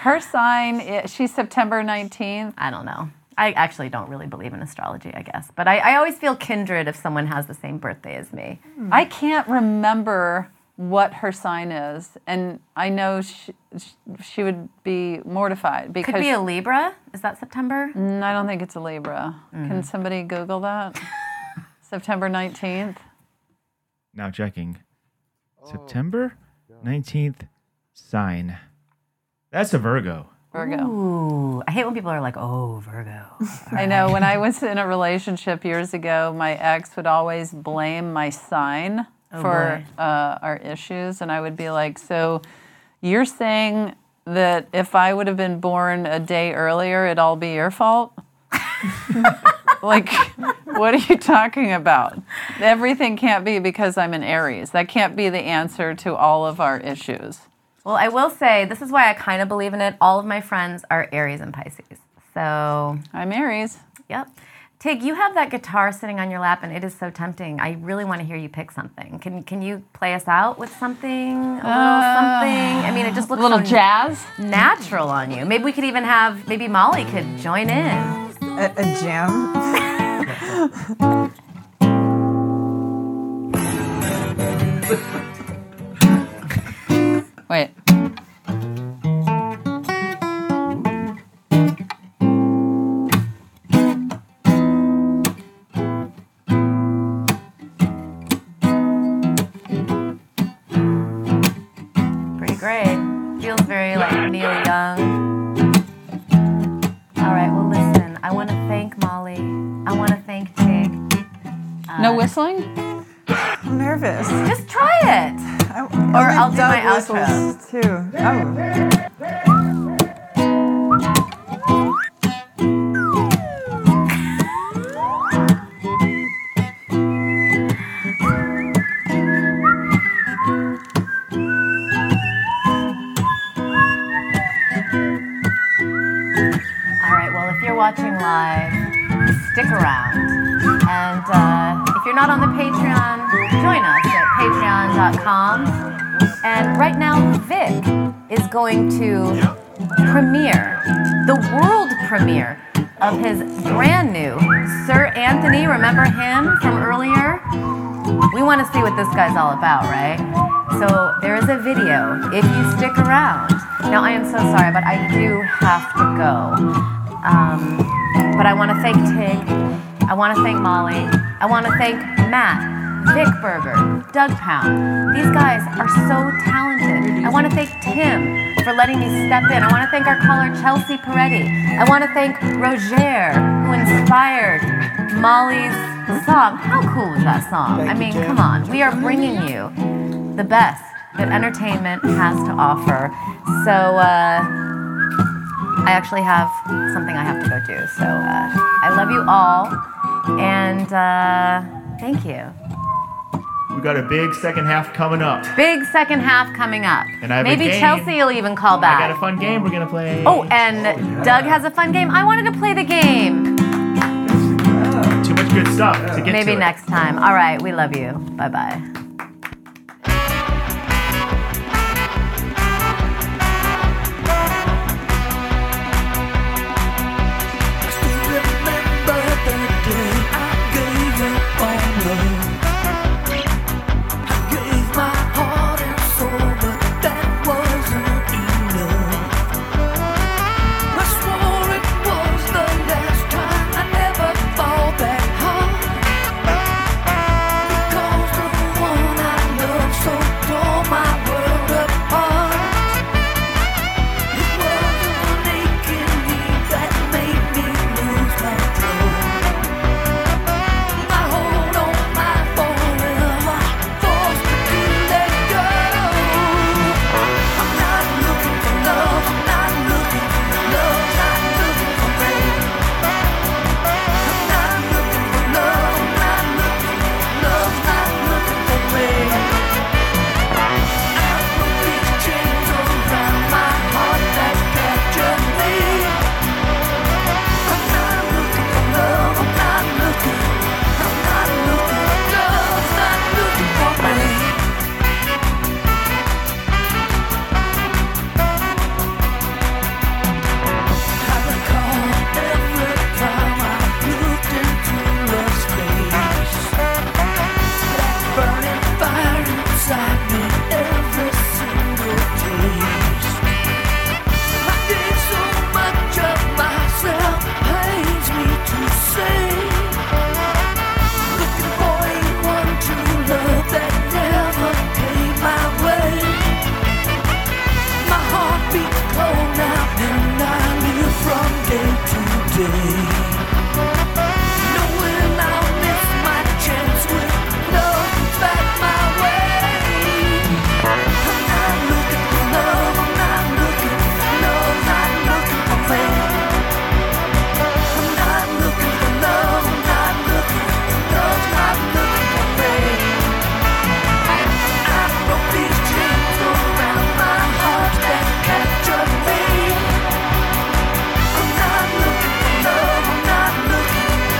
G: Her sign, i she's September 19th.
D: I don't know. I actually don't really believe in astrology, I guess, but I, I always feel kindred if someone has the same birthday as me.
G: I can't remember what her sign is. And I know she, sh- she would be mortified because.
D: Could be a Libra. Is that September?
G: Mm, I don't think it's a Libra. Can
D: Mm.
G: somebody Google that? September 19th.
E: Now checking. September 19th sign. That's a Virgo.
G: Virgo.
D: Ooh, I hate when people are like, "Oh, Virgo."
G: I know when I was in a relationship years ago, my ex would always blame my sign
D: Oh,
G: for uh, our issues. And I would be like, So you're saying that if I would have been born a day earlier, it'd all be your fault? like, what are you talking about? Everything can't be because I'm an Aries. That can't be the answer to all of our issues.
D: Well, I will say this is why I kind of believe in it. All of my friends are Aries and Pisces, so
G: I'm Aries.
D: Yep. Tig, you have that guitar sitting on your lap, and it is so tempting. I really want to hear you pick something. Can Can you play us out with something? A little
G: Uh,
D: something. I mean, it just looks
G: a little
D: so
G: jazz?
D: natural on you. Maybe we could even have maybe Molly could join in.
Q: A, a jam.
G: Wait.
D: Pretty great. Feels very like Neil Young. All right, well, listen, I want to thank Molly. I want to thank Tig.
G: No whistling?
Q: I'm nervous.
D: Just try it. or I'll do my outro.
Q: too. Oh.
D: All right, well, if you're watching live, stick around. And uh, if you're not on the Patreon, join us at patreon.com. And right now, Vic is going to premiere, the world premiere of his brand new Sir Anthony. Remember him from earlier? We want to see what this guy's all about, right? So there is a video if you stick around. Now, I am so sorry, but I do have to go. Um, but I want to thank Tig. I want to thank Molly. I want to thank Matt, Vic Berger, Doug Pound. These guys are so talented. I want to thank Tim for letting me step in. I want to thank our caller, Chelsea Peretti. I want to thank Roger, who inspired Molly's song. How cool is that song? I mean, come on. We are bringing you the best that entertainment has to offer. So, uh, I actually have something I have to go do. So uh, I love you all, and uh, thank you.
E: We got a big second half coming up.
D: Big second half coming up.
E: And I have a
D: Maybe
E: game.
D: Chelsea will even call
E: I
D: back.
E: got a fun game we're gonna play.
D: Oh, and Doug has a fun game. I wanted to play the game.
E: Too much good stuff to get
D: Maybe
E: to it.
D: next time. All right, we love you. Bye bye.
O: Remember the day I gave up on love. I gave my heart and soul, but that wasn't enough. I swore it was the last time. I never fall that hard because the one I love so tore my world apart. It wasn't making me that made me lose control. I hold on my forever, forced to let go. I'm not looking for love, I'm not looking for love, not looking for rain. I'm not looking for love, I'm not looking for love, not looking for rain. I put these chains around my heart that captured me. I'm not looking for love, I'm not looking. I'm not looking for love, not looking for money. I recall every time I looked into love's face. That burning fire inside me every single taste. I gave so much of myself, pains me to say. Looking for anyone to love that never came my way. My heart beats cold now, and I live from day to day. Knowing I'll miss my chance with love back my way. I'm not looking for love, I'm not looking for love, not looking for fame. I'm not looking for love, I'm not looking. Love not looking for rain. I broke these chains around my heart that captured me. I'm not looking for love. I'm not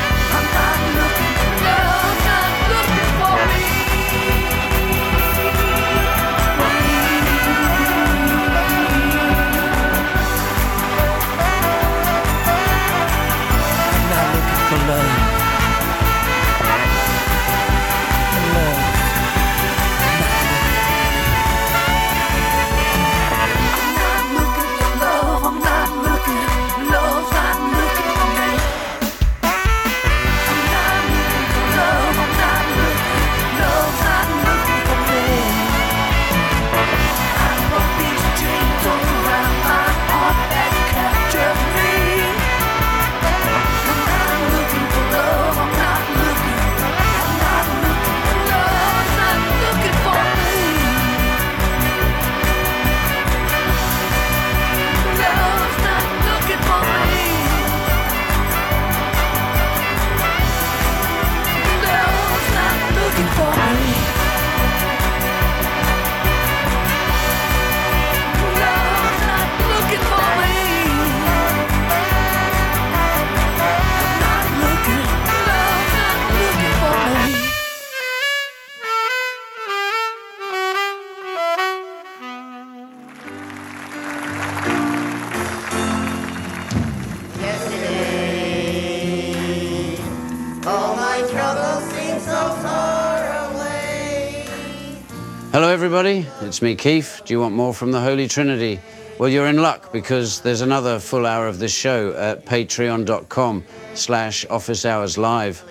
I: everybody. It's me, Keith. Do you want more from the Holy Trinity? Well, you're in luck because there's another full hour of this show at patreon.com slash office hours live.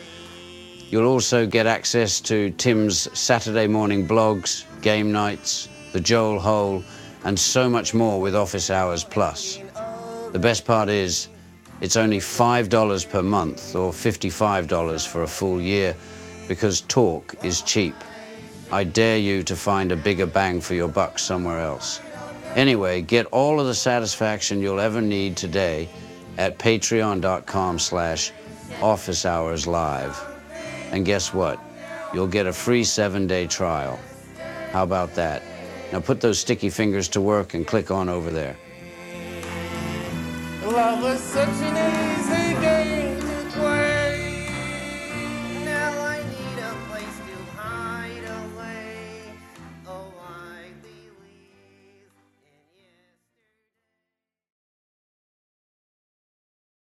I: You'll also get access to Tim's Saturday morning blogs, game nights, the Joel Hole, and so much more with Office Hours Plus. The best part is, it's only $5 per month or $55 for a full year because talk is cheap. I dare you to find a bigger bang for your buck somewhere else. Anyway, get all of the satisfaction you'll ever need today at patreon.com slash office hours live. And guess what? You'll get a free seven-day trial. How about that? Now put those sticky fingers to work and click on over there.
O: Love was such an Oh,